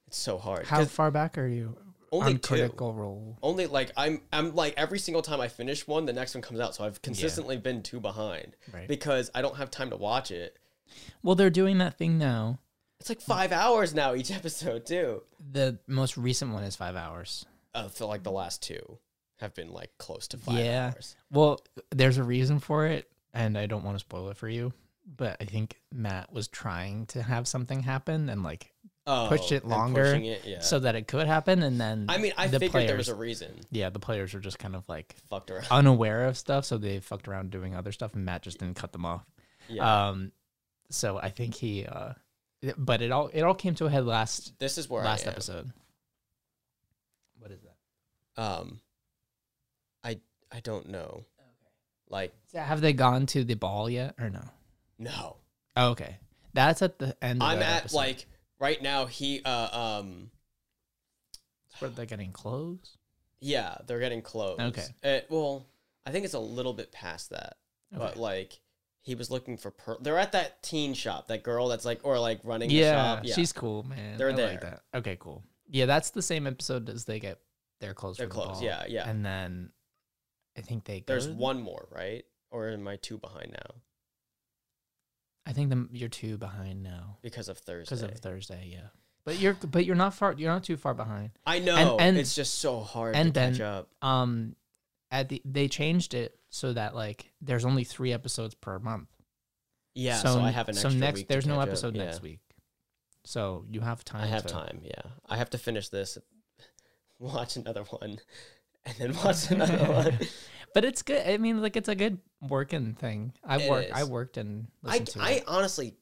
[SPEAKER 2] It's so hard.
[SPEAKER 1] How
[SPEAKER 2] 'Cause
[SPEAKER 1] far back are you?
[SPEAKER 2] only
[SPEAKER 1] on
[SPEAKER 2] two.
[SPEAKER 1] critical role.
[SPEAKER 2] Only like I'm I'm like every single time I finish one, the next one comes out. So I've consistently been two behind
[SPEAKER 1] Right.
[SPEAKER 2] because I don't have time to watch it.
[SPEAKER 1] Well, they're doing that thing now.
[SPEAKER 2] It's like five hours now each *laughs* episode too.
[SPEAKER 1] The most recent one is five hours.
[SPEAKER 2] I feel like the last two have been like close to five
[SPEAKER 1] Yeah.
[SPEAKER 2] hours.
[SPEAKER 1] Well, there's a reason for it, and I don't want to spoil it for you. But I think Matt was trying to have something happen and like
[SPEAKER 2] Oh,
[SPEAKER 1] Pushed it
[SPEAKER 2] and
[SPEAKER 1] longer,
[SPEAKER 2] pushing it, yeah.
[SPEAKER 1] so that it could happen, and then
[SPEAKER 2] I mean, I
[SPEAKER 1] the
[SPEAKER 2] figured
[SPEAKER 1] players,
[SPEAKER 2] there was a reason.
[SPEAKER 1] yeah, the players were just kind of like *laughs*
[SPEAKER 2] Fucked around.
[SPEAKER 1] unaware of stuff, so they fucked around doing other stuff, and Matt just didn't cut them off.
[SPEAKER 2] Yeah.
[SPEAKER 1] Um, so I think he, uh, it- but it all it all came to a head last
[SPEAKER 2] this is where
[SPEAKER 1] last
[SPEAKER 2] I am.
[SPEAKER 1] episode. What is that?
[SPEAKER 2] Um, I I don't know. Like
[SPEAKER 1] So have they gone to the ball yet or no?
[SPEAKER 2] no,
[SPEAKER 1] Oh, okay, that's at the end. Of
[SPEAKER 2] I'm
[SPEAKER 1] that
[SPEAKER 2] at
[SPEAKER 1] episode.
[SPEAKER 2] like right now. He uh um.
[SPEAKER 1] It's where they're getting clothes.
[SPEAKER 2] Yeah, they're getting close.
[SPEAKER 1] Okay.
[SPEAKER 2] Uh, well, I think it's a little bit past that, but
[SPEAKER 1] Okay.
[SPEAKER 2] like he was looking for. Per- they're at that teen shop, that girl that's like or like running
[SPEAKER 1] Yeah,
[SPEAKER 2] the shop. Yeah,
[SPEAKER 1] she's cool, man.
[SPEAKER 2] They're
[SPEAKER 1] I
[SPEAKER 2] there.
[SPEAKER 1] Like that. Okay, cool. Yeah, that's the same episode as they get their clothes.
[SPEAKER 2] they're
[SPEAKER 1] for the
[SPEAKER 2] close.
[SPEAKER 1] ball.
[SPEAKER 2] Yeah, yeah.
[SPEAKER 1] and then I think they. Go
[SPEAKER 2] There's
[SPEAKER 1] to-
[SPEAKER 2] one more, right? Or am I two behind now
[SPEAKER 1] I think the, you're two behind now
[SPEAKER 2] because of Thursday?
[SPEAKER 1] because of Thursday. Yeah, but you're but you're not far. You're not too far behind.
[SPEAKER 2] I know
[SPEAKER 1] and-
[SPEAKER 2] it's just so hard
[SPEAKER 1] and
[SPEAKER 2] to catch
[SPEAKER 1] then-
[SPEAKER 2] up.
[SPEAKER 1] Um, at the they changed it so that like there's only three episodes per month.
[SPEAKER 2] Yeah, so, I have an
[SPEAKER 1] so
[SPEAKER 2] extra
[SPEAKER 1] next
[SPEAKER 2] week to
[SPEAKER 1] there's no
[SPEAKER 2] catch up,
[SPEAKER 1] episode
[SPEAKER 2] yeah.
[SPEAKER 1] next week, so you have time.
[SPEAKER 2] I have
[SPEAKER 1] to-
[SPEAKER 2] time. Yeah, I have to finish this, *laughs* watch another one, *laughs* and then watch
[SPEAKER 1] *laughs*
[SPEAKER 2] another one.
[SPEAKER 1] But it's good. I mean, like it's a good working thing. I
[SPEAKER 2] It
[SPEAKER 1] work. I
[SPEAKER 2] is.
[SPEAKER 1] worked and
[SPEAKER 2] I,
[SPEAKER 1] listened to
[SPEAKER 2] I
[SPEAKER 1] it.
[SPEAKER 2] honestly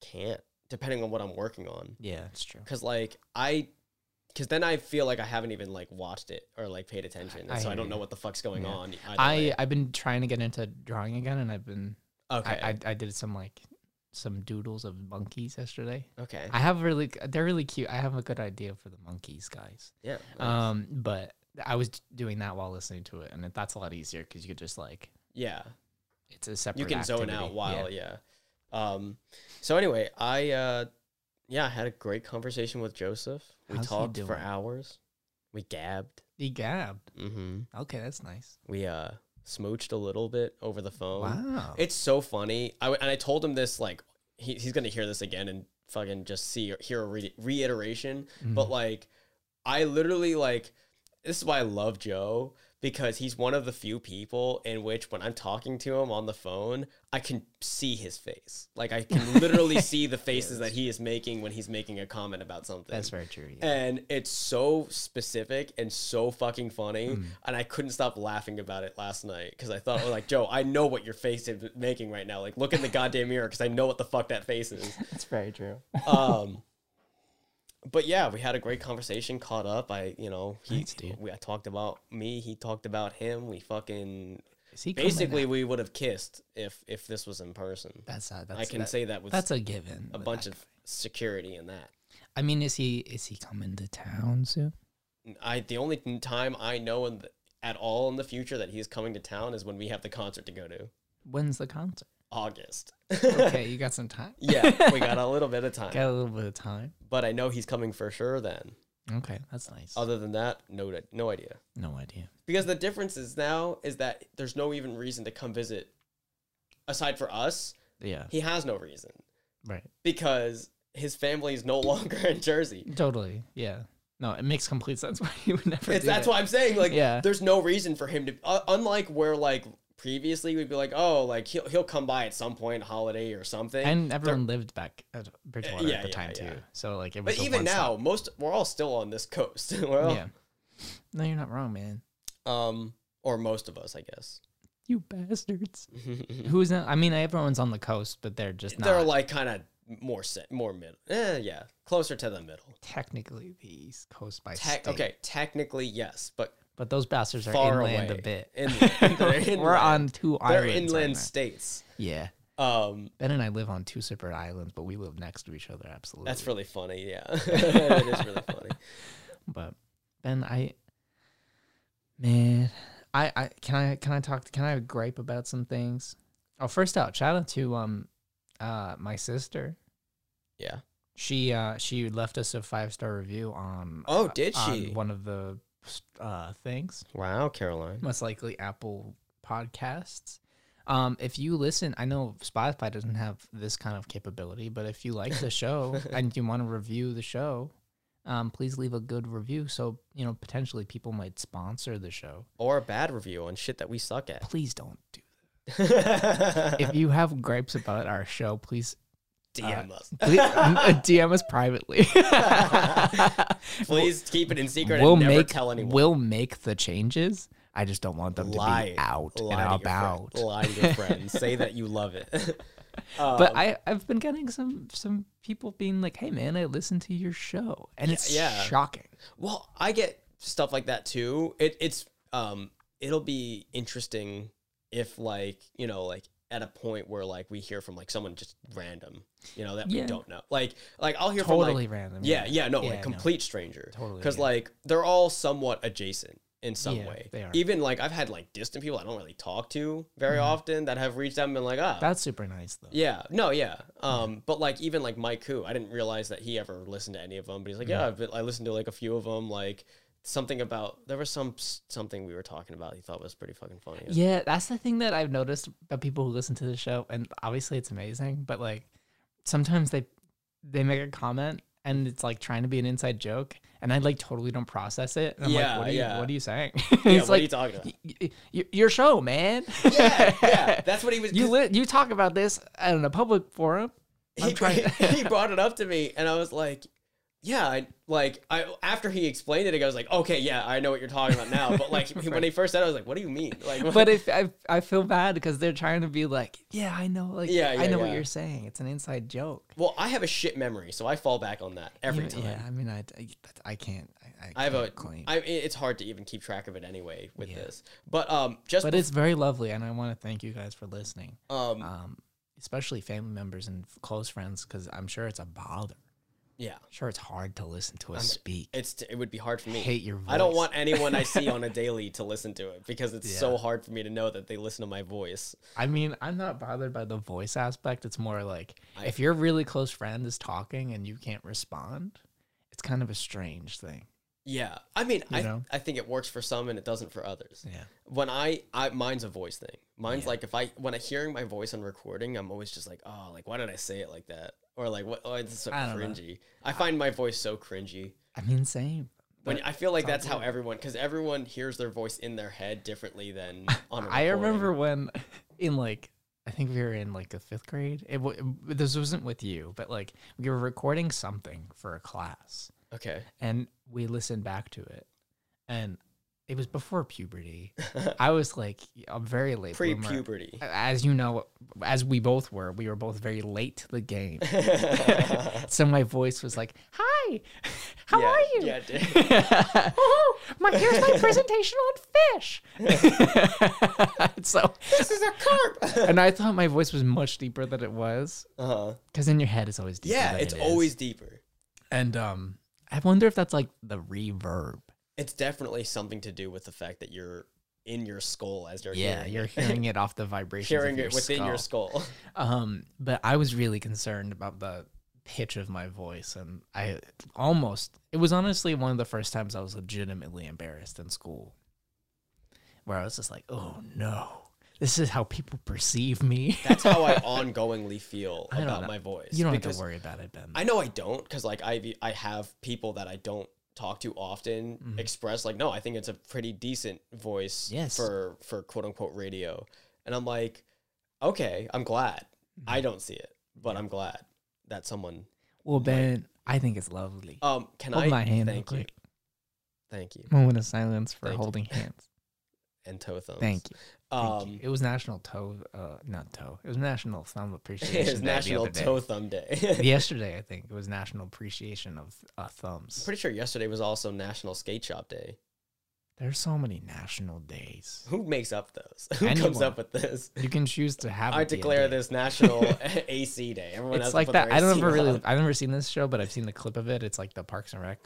[SPEAKER 2] can't, depending on what I'm working on.
[SPEAKER 1] Yeah, it's true.
[SPEAKER 2] Cause like I, cause then I feel like I haven't even like watched it or like paid attention, and
[SPEAKER 1] I
[SPEAKER 2] so I
[SPEAKER 1] hear
[SPEAKER 2] don't know
[SPEAKER 1] you.
[SPEAKER 2] what the fuck's going
[SPEAKER 1] Yeah.
[SPEAKER 2] on. either
[SPEAKER 1] I
[SPEAKER 2] way.
[SPEAKER 1] I've been trying to get into drawing again, and I've been
[SPEAKER 2] okay
[SPEAKER 1] I, I I did some like some doodles of monkeys yesterday.
[SPEAKER 2] okay
[SPEAKER 1] I have really they're really cute. I have a good idea for the monkeys, guys.
[SPEAKER 2] yeah nice.
[SPEAKER 1] Um, but I was doing that while listening to it, and that's a lot easier because you could just like
[SPEAKER 2] yeah
[SPEAKER 1] it's a separate.
[SPEAKER 2] you can zone
[SPEAKER 1] activity.
[SPEAKER 2] out while yeah. Um, so anyway, I uh, yeah, I had a great conversation with Joseph. We
[SPEAKER 1] How's he
[SPEAKER 2] talked for
[SPEAKER 1] doing?
[SPEAKER 2] hours. We gabbed.
[SPEAKER 1] he gabbed.
[SPEAKER 2] Mm-hmm.
[SPEAKER 1] Okay, that's nice.
[SPEAKER 2] We uh smooched a little bit over the phone.
[SPEAKER 1] Wow.
[SPEAKER 2] It's so funny. I w- and I told him this like he, he's gonna hear this again and fucking just see or hear a re- reiteration.
[SPEAKER 1] Mm-hmm.
[SPEAKER 2] But like, I literally like this is why I love Joe because he's one of the few people in which when I'm talking to him on the phone, I can see his face. Like I can *laughs* literally see the faces that he is making when he's making a comment about something.
[SPEAKER 1] that's very true. yeah.
[SPEAKER 2] And it's so specific and so fucking funny.
[SPEAKER 1] Hmm.
[SPEAKER 2] And I couldn't stop laughing about it last night because I thought, like, Joe, I know what your face is making right now. Like, look in the goddamn mirror because I know what the fuck that
[SPEAKER 1] *laughs*
[SPEAKER 2] face is.
[SPEAKER 1] That's very true.
[SPEAKER 2] Um, but yeah, we had a great conversation, caught up. I, you know, he,
[SPEAKER 1] Nice, dude.
[SPEAKER 2] we, I talked about me, he talked about him. We fucking,
[SPEAKER 1] Is he coming
[SPEAKER 2] basically,
[SPEAKER 1] out?
[SPEAKER 2] we would have kissed if if this was in person.
[SPEAKER 1] that's a, that's
[SPEAKER 2] I can
[SPEAKER 1] that-
[SPEAKER 2] say that with
[SPEAKER 1] that's a given.
[SPEAKER 2] a bunch of security in that.
[SPEAKER 1] I mean, is he is he coming to town soon?
[SPEAKER 2] I the only time I know in the, at all in the future that he's coming to town is when we have the concert to go to
[SPEAKER 1] When's the
[SPEAKER 2] *laughs*
[SPEAKER 1] concert?
[SPEAKER 2] August.
[SPEAKER 1] Okay, you got some time.
[SPEAKER 2] yeah, we got a little bit of time,
[SPEAKER 1] Got a little bit of time.
[SPEAKER 2] but I know he's coming for sure. Then
[SPEAKER 1] Okay, that's nice.
[SPEAKER 2] Other than that, no, no idea.
[SPEAKER 1] No idea.
[SPEAKER 2] Because the difference is now is that there's no even reason to come visit. Aside for us,
[SPEAKER 1] Yeah.
[SPEAKER 2] he has no reason
[SPEAKER 1] Right.
[SPEAKER 2] because his family is no *laughs* longer in Jersey.
[SPEAKER 1] Totally. Yeah. No, it makes complete sense *laughs* why you would never.
[SPEAKER 2] It's,
[SPEAKER 1] do
[SPEAKER 2] that's
[SPEAKER 1] it.
[SPEAKER 2] why I'm saying like
[SPEAKER 1] Yeah.
[SPEAKER 2] there's no reason for him to uh, unlike where like previously we'd be like oh like he'll he'll come by at some point holiday or something.
[SPEAKER 1] And everyone lived back at Bridgewater
[SPEAKER 2] yeah,
[SPEAKER 1] at the
[SPEAKER 2] yeah,
[SPEAKER 1] time
[SPEAKER 2] yeah.
[SPEAKER 1] too. So like it was.
[SPEAKER 2] but
[SPEAKER 1] a
[SPEAKER 2] even
[SPEAKER 1] one-stop-
[SPEAKER 2] now, most we're all still on this coast. *laughs* well,
[SPEAKER 1] Yeah. No, you're not wrong, man.
[SPEAKER 2] um, or most of us, I guess.
[SPEAKER 1] You
[SPEAKER 2] *laughs*
[SPEAKER 1] bastards. Who's not? I mean, everyone's on the coast, but they're just not
[SPEAKER 2] They're like kind of more set, more middle. Eh, yeah, closer to the middle.
[SPEAKER 1] technically the East Coast by
[SPEAKER 2] Tec-
[SPEAKER 1] state.
[SPEAKER 2] okay, technically yes, but
[SPEAKER 1] But those bastards are
[SPEAKER 2] far
[SPEAKER 1] inland
[SPEAKER 2] away.
[SPEAKER 1] a bit.
[SPEAKER 2] *laughs*
[SPEAKER 1] *laughs*
[SPEAKER 2] Inland. They're
[SPEAKER 1] We're
[SPEAKER 2] inland.
[SPEAKER 1] on 2
[SPEAKER 2] they're
[SPEAKER 1] islands. right
[SPEAKER 2] inland
[SPEAKER 1] now.
[SPEAKER 2] states.
[SPEAKER 1] yeah.
[SPEAKER 2] Um,
[SPEAKER 1] Ben and I live on two separate islands, but we live next to each other. Absolutely.
[SPEAKER 2] that's really funny. Yeah, *laughs* it is really
[SPEAKER 1] *laughs*
[SPEAKER 2] funny.
[SPEAKER 1] But Ben, I, man, I, I can I can I talk? Can I gripe about some things? Oh, first out, shout out to um, uh, my sister.
[SPEAKER 2] Yeah.
[SPEAKER 1] She uh she left us a five star review on
[SPEAKER 2] Oh, did
[SPEAKER 1] on
[SPEAKER 2] she?
[SPEAKER 1] one of the uh things
[SPEAKER 2] Wow, Caroline.
[SPEAKER 1] most likely Apple Podcasts. Um, if you listen, I know Spotify doesn't have this kind of capability, but if you like the
[SPEAKER 2] *laughs*
[SPEAKER 1] show and you want to review the show, um, please leave a good review. So you know potentially people might sponsor the show.
[SPEAKER 2] Or a bad review on shit that we suck at.
[SPEAKER 1] Please don't do that.
[SPEAKER 2] *laughs*
[SPEAKER 1] If you have gripes about our show, please,
[SPEAKER 2] DM us.
[SPEAKER 1] please uh, DM us
[SPEAKER 2] *laughs*
[SPEAKER 1] privately.
[SPEAKER 2] Please keep it in secret
[SPEAKER 1] we'll
[SPEAKER 2] and never
[SPEAKER 1] make
[SPEAKER 2] tell anyone.
[SPEAKER 1] we'll make the changes. I just don't want them to
[SPEAKER 2] lie
[SPEAKER 1] be out
[SPEAKER 2] lie
[SPEAKER 1] and
[SPEAKER 2] to your friend-
[SPEAKER 1] about.
[SPEAKER 2] Lie to your friends. Say that you love it. *laughs* Um,
[SPEAKER 1] but I I've been getting some some people being like, "Hey man, I listen to your show," and it's
[SPEAKER 2] yeah.
[SPEAKER 1] shocking.
[SPEAKER 2] Well, I get stuff like that too. It it's um it'll be interesting if like, you know, like at a point where like we hear from like someone just random, you know, that
[SPEAKER 1] Yeah.
[SPEAKER 2] we don't know. Like like I'll hear from
[SPEAKER 1] Totally
[SPEAKER 2] like
[SPEAKER 1] random.
[SPEAKER 2] Yeah, yeah, no,
[SPEAKER 1] Yeah,
[SPEAKER 2] like
[SPEAKER 1] no.
[SPEAKER 2] complete stranger.
[SPEAKER 1] Totally,
[SPEAKER 2] Cuz
[SPEAKER 1] yeah.
[SPEAKER 2] like they're all somewhat adjacent in some
[SPEAKER 1] Yeah,
[SPEAKER 2] way.
[SPEAKER 1] they are. Mm-hmm.
[SPEAKER 2] Even like I've had like distant people I don't really talk to very often that have reached out and been like, "Ah,
[SPEAKER 1] that's super nice though.
[SPEAKER 2] yeah, no, yeah. Um, but like even like Mike Koo, I didn't realize that he ever listened to any of them. But he's like,
[SPEAKER 1] Mm-hmm.
[SPEAKER 2] yeah, I've been- I listened to like a few of them. Like something about there was some something we were talking about. He thought was pretty fucking funny.
[SPEAKER 1] Yeah, that's the thing that I've noticed about people who listen to the show, and obviously it's amazing. But like, sometimes they they make a comment and it's like trying to be an inside joke, and I like totally don't process it. And I'm
[SPEAKER 2] Yeah,
[SPEAKER 1] like, what are you,
[SPEAKER 2] yeah.
[SPEAKER 1] what are you saying? *laughs*
[SPEAKER 2] Yeah,
[SPEAKER 1] it's
[SPEAKER 2] what are you
[SPEAKER 1] like
[SPEAKER 2] talking
[SPEAKER 1] *laughs*
[SPEAKER 2] about?
[SPEAKER 1] y- y- y- your show, man.
[SPEAKER 2] yeah,
[SPEAKER 1] *laughs*
[SPEAKER 2] yeah, that's what he was.
[SPEAKER 1] you
[SPEAKER 2] 'cause
[SPEAKER 1] li- you talk about this in a public forum. I'm
[SPEAKER 2] he, *laughs*
[SPEAKER 1] trying.
[SPEAKER 2] he brought it up to me, and I was like, yeah, I, like I after he explained it, I was like, okay, yeah, I know what you're talking about now.
[SPEAKER 1] *laughs*
[SPEAKER 2] But like when he first said, it, I was like, what do you mean? Like,
[SPEAKER 1] *laughs* but if I, I feel bad because they're trying to be like, yeah, I know, like,
[SPEAKER 2] Yeah, yeah,
[SPEAKER 1] I know what
[SPEAKER 2] yeah.
[SPEAKER 1] you're saying. It's an inside joke.
[SPEAKER 2] *laughs* well, I have a shit memory, so I fall back on that every time.
[SPEAKER 1] Yeah, I mean, I, I, I can't. I, I,
[SPEAKER 2] I have a
[SPEAKER 1] can't claim,
[SPEAKER 2] I, it's hard to even keep track of it anyway with
[SPEAKER 1] Yeah.
[SPEAKER 2] this. But um, just
[SPEAKER 1] but it's very lovely, and I want to thank you guys for listening,
[SPEAKER 2] um,
[SPEAKER 1] um, especially family members and f- close friends, because I'm sure it's a bother.
[SPEAKER 2] yeah,
[SPEAKER 1] sure it's hard to listen to us speak.
[SPEAKER 2] it's it would be hard for me.
[SPEAKER 1] hate your
[SPEAKER 2] I don't
[SPEAKER 1] voice.
[SPEAKER 2] want anyone I
[SPEAKER 1] *laughs*
[SPEAKER 2] see on a daily to listen to it because it's so hard for me to know that they listen to my voice.
[SPEAKER 1] I mean, I'm not bothered by the voice aspect. It's more like if your really close friend is talking and you can't respond, it's kind of a strange thing.
[SPEAKER 2] Yeah, I mean, I
[SPEAKER 1] know?
[SPEAKER 2] I think it works for some and it doesn't for others.
[SPEAKER 1] Yeah.
[SPEAKER 2] When I, I mine's a voice thing. Mine's like if I when I hearing my voice on recording, I'm always just like, oh, like why did I say it like that? Or like what? Oh, it's so
[SPEAKER 1] I don't know.
[SPEAKER 2] cringy. I find my voice so cringy.
[SPEAKER 1] I mean, same.
[SPEAKER 2] When I feel like that's how everyone, because everyone hears their voice in their head differently
[SPEAKER 1] *laughs*
[SPEAKER 2] than on. A
[SPEAKER 1] I
[SPEAKER 2] recording.
[SPEAKER 1] remember when, *laughs* in like, I think we were in like the fifth grade. It w- this wasn't with you, but like we were recording something for a class,
[SPEAKER 2] Okay.
[SPEAKER 1] and we listened back to it, and it was before puberty. I was like a very late bloomer. *laughs*
[SPEAKER 2] Pre-puberty. *laughs*
[SPEAKER 1] As you know, as we both were, we were both very late to the game. *laughs* so my voice was like, "Hi, *laughs* how
[SPEAKER 2] Yeah,
[SPEAKER 1] are you?" *laughs*
[SPEAKER 2] yeah, dude.
[SPEAKER 1] oh, my, here's *laughs* my presentation on fish. *laughs* so,
[SPEAKER 2] this is a
[SPEAKER 1] *laughs*
[SPEAKER 2] carp.
[SPEAKER 1] and I thought my voice was much deeper than it was,
[SPEAKER 2] *laughs* uh-huh.
[SPEAKER 1] because in your head it's always deeper.
[SPEAKER 2] Yeah,
[SPEAKER 1] than
[SPEAKER 2] it's
[SPEAKER 1] it is.
[SPEAKER 2] always deeper.
[SPEAKER 1] And um, I wonder if that's like the reverb.
[SPEAKER 2] It's definitely something to do with the fact that you're in your skull as you're
[SPEAKER 1] Yeah,
[SPEAKER 2] hearing
[SPEAKER 1] you're
[SPEAKER 2] it.
[SPEAKER 1] hearing it off the vibrations.
[SPEAKER 2] hearing
[SPEAKER 1] of your
[SPEAKER 2] it within your skull.
[SPEAKER 1] Um, but I was really concerned about the pitch of my voice and I almost it was honestly one of the first times I was legitimately embarrassed in school where I was just like, "Oh no. This is how people perceive me." *laughs*
[SPEAKER 2] That's how I ongoingly feel
[SPEAKER 1] I don't
[SPEAKER 2] about
[SPEAKER 1] know.
[SPEAKER 2] my voice.
[SPEAKER 1] you don't have
[SPEAKER 2] because
[SPEAKER 1] to worry about it, Ben.
[SPEAKER 2] I know I don't because like I I have people that I don't talk to often express like no I think it's a pretty decent voice
[SPEAKER 1] Mm-hmm. Yes.
[SPEAKER 2] for for quote unquote radio and I'm like okay I'm glad
[SPEAKER 1] Mm-hmm.
[SPEAKER 2] I don't see it but I'm glad that someone
[SPEAKER 1] well, Ben, I think it's lovely.
[SPEAKER 2] um can
[SPEAKER 1] Hold
[SPEAKER 2] I
[SPEAKER 1] my hand real
[SPEAKER 2] thank you
[SPEAKER 1] quick. *laughs*
[SPEAKER 2] thank you
[SPEAKER 1] Moment of silence for
[SPEAKER 2] Thank you.
[SPEAKER 1] holding
[SPEAKER 2] *laughs*
[SPEAKER 1] hands.
[SPEAKER 2] and toe thumbs
[SPEAKER 1] Thank you. Thank
[SPEAKER 2] um
[SPEAKER 1] you. It was National Toe, uh, not Toe. It was National Thumb Appreciation.
[SPEAKER 2] *laughs* it
[SPEAKER 1] Day
[SPEAKER 2] is
[SPEAKER 1] the
[SPEAKER 2] National
[SPEAKER 1] other day.
[SPEAKER 2] Toe Thumb Day
[SPEAKER 1] Yesterday, I think it was National Appreciation of uh, Thumbs.
[SPEAKER 2] *laughs* pretty sure yesterday was also National Skate Shop Day
[SPEAKER 1] There's so many national days.
[SPEAKER 2] who makes up those *laughs* who comes
[SPEAKER 1] Anyone.
[SPEAKER 2] up with this
[SPEAKER 1] You can choose to have.
[SPEAKER 2] *laughs* I
[SPEAKER 1] it be a
[SPEAKER 2] declare
[SPEAKER 1] day. *laughs*
[SPEAKER 2] this National AC Day. Everyone has
[SPEAKER 1] It's
[SPEAKER 2] to
[SPEAKER 1] like
[SPEAKER 2] put
[SPEAKER 1] that.
[SPEAKER 2] their
[SPEAKER 1] I don't
[SPEAKER 2] AC
[SPEAKER 1] ever really.
[SPEAKER 2] on.
[SPEAKER 1] I've never seen this show, but I've seen the clip of it. It's like the Parks and Rec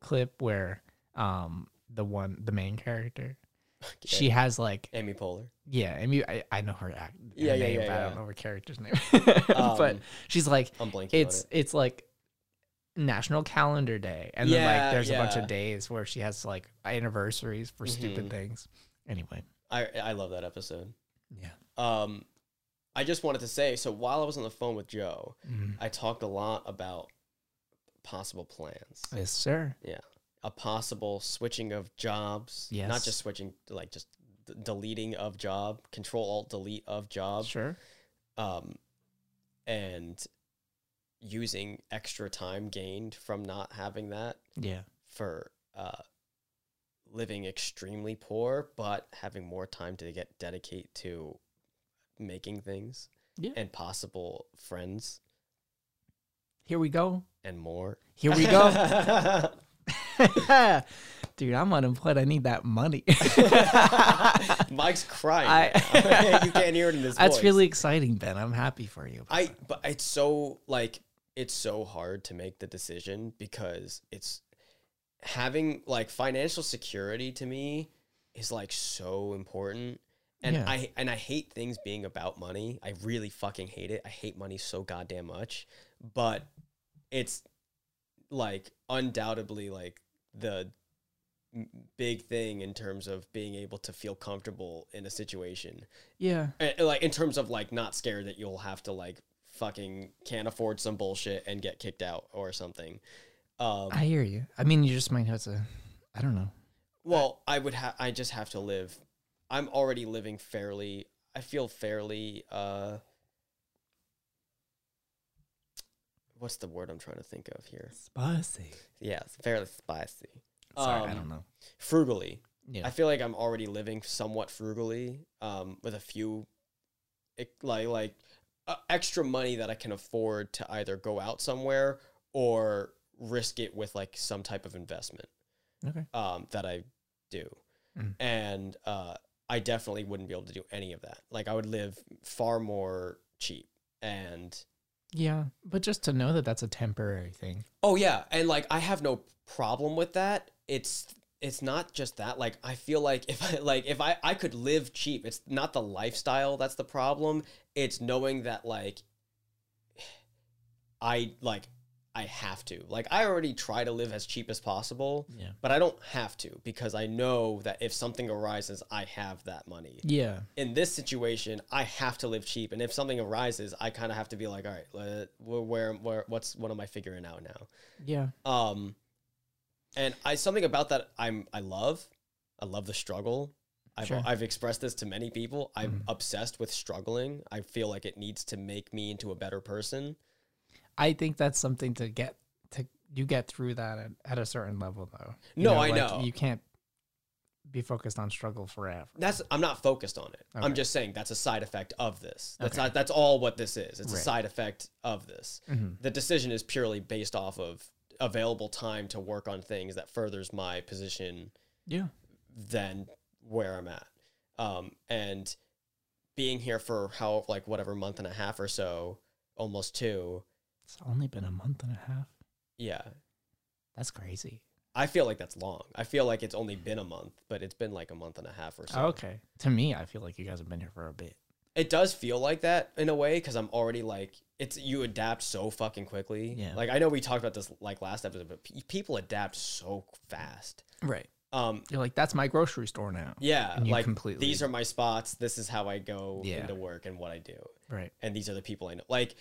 [SPEAKER 1] clip where, um, the one the main character, she has like
[SPEAKER 2] Amy Poehler.
[SPEAKER 1] Yeah, I mean, I, I know her act. her
[SPEAKER 2] Yeah, yeah,
[SPEAKER 1] name,
[SPEAKER 2] yeah,
[SPEAKER 1] but I
[SPEAKER 2] yeah.
[SPEAKER 1] don't know her character's name, *laughs* but
[SPEAKER 2] Um,
[SPEAKER 1] she's like,
[SPEAKER 2] I'm blanking.
[SPEAKER 1] it's
[SPEAKER 2] on
[SPEAKER 1] it's like National Calendar Day, and then
[SPEAKER 2] Yeah,
[SPEAKER 1] like there's a bunch
[SPEAKER 2] yeah. Mm-hmm.
[SPEAKER 1] of days where she has like anniversaries for stupid things. Anyway,
[SPEAKER 2] it. I I love that episode.
[SPEAKER 1] yeah,
[SPEAKER 2] Um, I just wanted to say. So while I was on the phone with Joe,
[SPEAKER 1] Mm.
[SPEAKER 2] I talked a lot about possible plans.
[SPEAKER 1] yes, sir.
[SPEAKER 2] Yeah, a possible switching of jobs. not
[SPEAKER 1] Yes.
[SPEAKER 2] just switching, like just d- deleting of job, Control Alt Delete of job.
[SPEAKER 1] Sure.
[SPEAKER 2] um, and using extra time gained from not having that
[SPEAKER 1] Yeah.
[SPEAKER 2] for uh, living extremely poor, but having more time to get dedicate to making things
[SPEAKER 1] Yeah.
[SPEAKER 2] and possible friends
[SPEAKER 1] Here we go.
[SPEAKER 2] and more.
[SPEAKER 1] Here we go. *laughs* Dude, I'm unemployed. I need that money.
[SPEAKER 2] *laughs*
[SPEAKER 1] *laughs*
[SPEAKER 2] Mike's crying.
[SPEAKER 1] I-
[SPEAKER 2] now. *laughs* you can't hear it in
[SPEAKER 1] *laughs*
[SPEAKER 2] his
[SPEAKER 1] That's
[SPEAKER 2] voice.
[SPEAKER 1] really exciting, Ben. I'm happy for you.
[SPEAKER 2] I but it's so like it's so hard to make the decision because it's having like financial security to me is like so important. And
[SPEAKER 1] Yeah.
[SPEAKER 2] I and I hate things being about money. I really fucking hate it. I hate money so goddamn much. But it's like undoubtedly like the m- big thing in terms of being able to feel comfortable in a situation
[SPEAKER 1] Yeah.
[SPEAKER 2] Eh, like in terms of like not scared that you'll have to like fucking can't afford some bullshit and get kicked out or something. Um,
[SPEAKER 1] I hear you. I mean, you just might have to. I don't know.
[SPEAKER 2] well, I would have. I just have to live. I'm already living fairly. I feel fairly. uh What's the word I'm trying to think of here?
[SPEAKER 1] Spicy.
[SPEAKER 2] Yeah, it's fairly spicy.
[SPEAKER 1] Sorry, I
[SPEAKER 2] Um,
[SPEAKER 1] don't know.
[SPEAKER 2] Frugally.
[SPEAKER 1] Yeah.
[SPEAKER 2] I feel like I'm already living somewhat frugally, um, with a few, ec- like like uh, extra money that I can afford to either go out somewhere or risk it with like some type of investment
[SPEAKER 1] okay.
[SPEAKER 2] um, that I do,
[SPEAKER 1] Mm.
[SPEAKER 2] and uh, I definitely wouldn't be able to do any of that. Like I would live far more cheap and
[SPEAKER 1] Yeah, but just to know that that's a temporary thing.
[SPEAKER 2] Oh yeah, and like I have no problem with that. It's it's not just that. Like I feel like if I like if I I could live cheap. It's not the lifestyle that's the problem. It's knowing that like I like I have to. Like I already try to live as cheap as possible,
[SPEAKER 1] Yeah.
[SPEAKER 2] but I don't have to because I know that if something arises, I have that money.
[SPEAKER 1] Yeah.
[SPEAKER 2] In this situation, I have to live cheap, and if something arises, I kind of have to be like, all right, let- where where where what's what am I figuring out now?
[SPEAKER 1] Yeah.
[SPEAKER 2] Um, and I something about that I'm I love. I love the struggle. I've
[SPEAKER 1] Sure. Mm-hmm.
[SPEAKER 2] I've expressed this to many people. I'm obsessed with struggling. I feel like it needs to make me into a better person.
[SPEAKER 1] I think that's something to get to you get through that at, at a certain level though. You
[SPEAKER 2] No, I
[SPEAKER 1] like,
[SPEAKER 2] know.
[SPEAKER 1] You can't be focused on struggle forever.
[SPEAKER 2] That's I'm not focused on it. I'm
[SPEAKER 1] Okay.
[SPEAKER 2] just saying that's a side effect of this. That's
[SPEAKER 1] Okay.
[SPEAKER 2] not that's all what this is. It's a
[SPEAKER 1] Right.
[SPEAKER 2] side effect of this.
[SPEAKER 1] Mhm.
[SPEAKER 2] The decision is purely based off of available time to work on things that furthers my position
[SPEAKER 1] Yeah.
[SPEAKER 2] than where I'm at. Um, and being here for how like whatever month and a half or so, almost two.
[SPEAKER 1] It's only been a month and a half.
[SPEAKER 2] Yeah,
[SPEAKER 1] That's crazy.
[SPEAKER 2] I feel like that's long. I feel like it's
[SPEAKER 1] Oh,
[SPEAKER 2] only been a month, but it's been like a month and a half or so.
[SPEAKER 1] okay. To me, I feel like you guys have been here for a bit.
[SPEAKER 2] it does feel like that in a way because I'm already like it's you adapt so fucking quickly.
[SPEAKER 1] Yeah.
[SPEAKER 2] Like I know we talked about this like last episode, but pe- people adapt so fast.
[SPEAKER 1] Right.
[SPEAKER 2] Um,
[SPEAKER 1] You're like, that's my grocery store now.
[SPEAKER 2] yeah,
[SPEAKER 1] And you
[SPEAKER 2] like
[SPEAKER 1] completely-
[SPEAKER 2] these are my spots. This is how I go
[SPEAKER 1] Yeah.
[SPEAKER 2] into work and what I do,
[SPEAKER 1] Right.
[SPEAKER 2] and these are the people I know. Like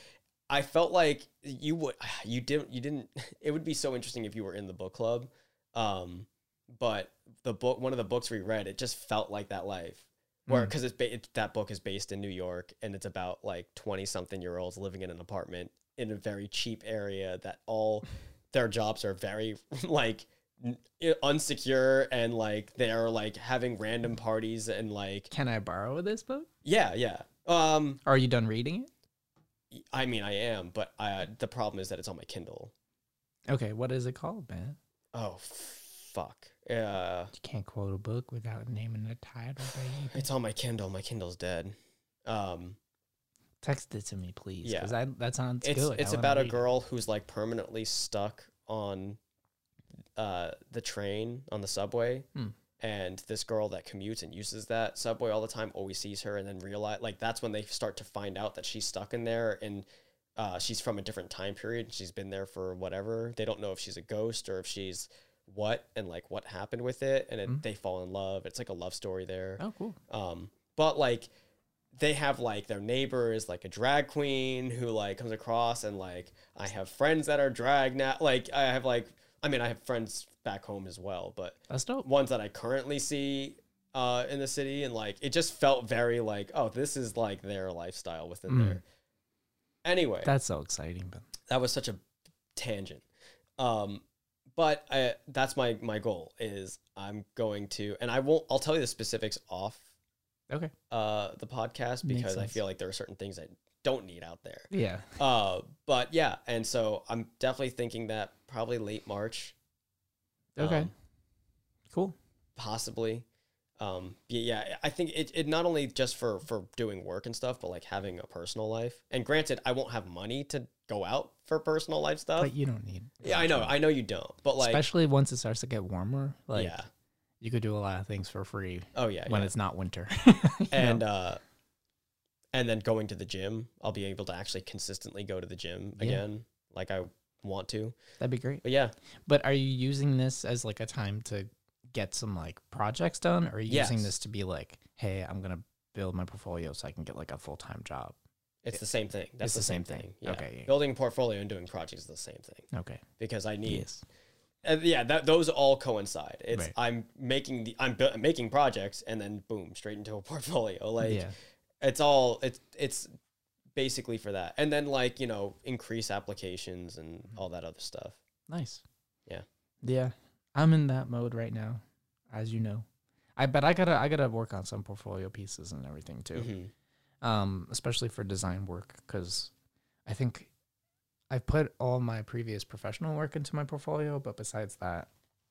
[SPEAKER 2] I felt like you would, *sighs* you didn't, you didn't. *laughs* It would be so interesting if you were in the book club, um, but the book, one of the books we read, it just felt like that life where
[SPEAKER 1] Mm.
[SPEAKER 2] because it's, ba- it's that book is based in New York and it's about like 20 something year olds living in an apartment in a very cheap area that all their jobs are very *laughs* like n- unsecure and like they're like having random parties and like
[SPEAKER 1] Can I borrow this book?
[SPEAKER 2] yeah yeah um
[SPEAKER 1] Are you done reading it?
[SPEAKER 2] I mean I am but uh the problem is that it's on my Kindle
[SPEAKER 1] Okay, what is it called, man?
[SPEAKER 2] oh fuck Uh, yeah
[SPEAKER 1] You can't quote a book without naming the title, baby.
[SPEAKER 2] it's on my Kindle my Kindle's dead um
[SPEAKER 1] Text it to me, please.
[SPEAKER 2] Yeah.
[SPEAKER 1] Because that sounds
[SPEAKER 2] it's
[SPEAKER 1] good. I
[SPEAKER 2] it's
[SPEAKER 1] wanna
[SPEAKER 2] about a
[SPEAKER 1] read it.
[SPEAKER 2] girl who's like permanently stuck on uh the train on the subway
[SPEAKER 1] Hmm.
[SPEAKER 2] and this girl that commutes and uses that subway all the time always sees her and then realize like that's when they start to find out that she's stuck in there and uh, she's from a different time period she's been there for whatever they don't know if she's a ghost or if she's what and like what happened with it and it,
[SPEAKER 1] Hmm.
[SPEAKER 2] they fall in love it's like a love story there
[SPEAKER 1] Oh, cool.
[SPEAKER 2] um, but like they have like their neighbor is like a drag queen who like comes across and like I have friends that are drag now. Like I have like I mean I have friends back home as well, but
[SPEAKER 1] That's dope.
[SPEAKER 2] ones that I currently see uh, in the city and like it just felt very like oh this is like their lifestyle within
[SPEAKER 1] Mm.
[SPEAKER 2] there. Anyway,
[SPEAKER 1] That's so exciting, but
[SPEAKER 2] that was such a tangent. Um, but I, that's my my goal is I'm going to and I won't I'll tell you the specifics off
[SPEAKER 1] okay.
[SPEAKER 2] uh, the podcast
[SPEAKER 1] Makes
[SPEAKER 2] because I
[SPEAKER 1] sense.
[SPEAKER 2] feel like there are certain things I don't need out there.
[SPEAKER 1] Yeah.
[SPEAKER 2] Uh, but yeah, and so I'm definitely thinking that probably late March.
[SPEAKER 1] Okay.
[SPEAKER 2] um,
[SPEAKER 1] cool.
[SPEAKER 2] possibly. Um, y- yeah, I think it, it not only just for for doing work and stuff, but like having a personal life. And granted, I won't have money to go out for personal life stuff.
[SPEAKER 1] but you don't need.
[SPEAKER 2] yeah, I know, I know you don't, but like,
[SPEAKER 1] Especially once it starts to get warmer. Like
[SPEAKER 2] yeah,
[SPEAKER 1] you could do a lot of things for free
[SPEAKER 2] oh yeah,
[SPEAKER 1] when
[SPEAKER 2] yeah.
[SPEAKER 1] it's not winter.
[SPEAKER 2] and uh, and then going to the gym, I'll be able to actually consistently go to the gym
[SPEAKER 1] Yeah.
[SPEAKER 2] again, like I want to.
[SPEAKER 1] that'd be great.
[SPEAKER 2] But yeah,
[SPEAKER 1] But are you using this as like a time to get some like projects done? Or are you using
[SPEAKER 2] Yes.
[SPEAKER 1] this to be like, hey, I'm gonna build my portfolio so I can get like a full time job?
[SPEAKER 2] It's the same thing. That's
[SPEAKER 1] It's
[SPEAKER 2] the, same thing. Yeah.
[SPEAKER 1] Okay, yeah.
[SPEAKER 2] Building a portfolio and doing projects is the same thing
[SPEAKER 1] Okay.
[SPEAKER 2] because I need.
[SPEAKER 1] Yes.
[SPEAKER 2] Uh, yeah, that, those all coincide. It's
[SPEAKER 1] Right.
[SPEAKER 2] I'm making the I'm bu- making projects and then boom, straight into a *laughs* portfolio. Like
[SPEAKER 1] yeah.
[SPEAKER 2] it's all it's it's basically for that. And then like you know increase applications and
[SPEAKER 1] Mm-hmm.
[SPEAKER 2] all that other stuff.
[SPEAKER 1] Nice.
[SPEAKER 2] Yeah.
[SPEAKER 1] Yeah. I'm in that mode right now, as you know. I but I gotta I gotta work on some portfolio pieces and everything too.
[SPEAKER 2] Mhm.
[SPEAKER 1] um, especially for design work, because I think I've put all my previous professional work into my portfolio, but besides that,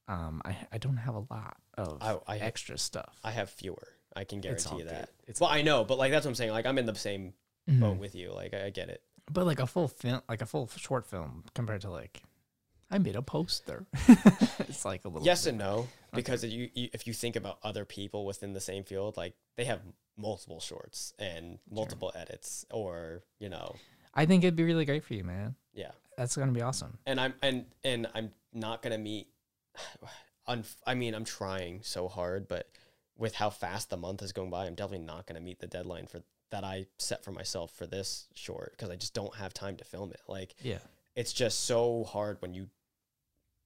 [SPEAKER 1] um, I, I don't have a lot of
[SPEAKER 2] I- I-
[SPEAKER 1] extra stuff.
[SPEAKER 2] I have fewer. I can
[SPEAKER 1] It's all
[SPEAKER 2] guarantee you that.
[SPEAKER 1] good. It's
[SPEAKER 2] well, I know, but like that's what I'm saying. Like I'm in the same
[SPEAKER 1] Mhm.
[SPEAKER 2] boat with you. Like I, I get it.
[SPEAKER 1] But like a full film, like a full short film, compared to like, I made a
[SPEAKER 2] *laughs*
[SPEAKER 1] poster. *laughs* it's like a little
[SPEAKER 2] yes
[SPEAKER 1] bit-
[SPEAKER 2] and no because if you, you if you think about other people within the same field like they have multiple shorts and multiple edits or you know
[SPEAKER 1] I think it'd be really great for you, man.
[SPEAKER 2] yeah
[SPEAKER 1] That's gonna be awesome.
[SPEAKER 2] and i'm and and i'm not gonna meet *sighs* unf- i mean i'm trying so hard but with how fast the month is going by i'm definitely not gonna meet the deadline for that i set for myself for this short because i just don't have time to film it like
[SPEAKER 1] Yeah.
[SPEAKER 2] it's just so hard when you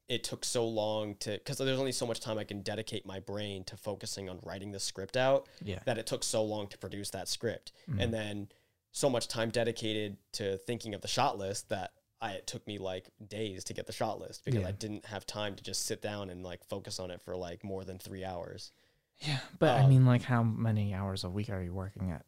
[SPEAKER 2] it took so long to because there's only so much time i can dedicate my brain to focusing on writing the script out
[SPEAKER 1] Yeah.
[SPEAKER 2] that it took so long to produce that script
[SPEAKER 1] Mhm.
[SPEAKER 2] and then so much time dedicated to thinking of the shot list that I, it took me like days to get the shot list because
[SPEAKER 1] Yeah.
[SPEAKER 2] I didn't have time to just sit down and like focus on it for like more than three hours.
[SPEAKER 1] Yeah, but I
[SPEAKER 2] Um,
[SPEAKER 1] mean, like, how many hours a week are you working at?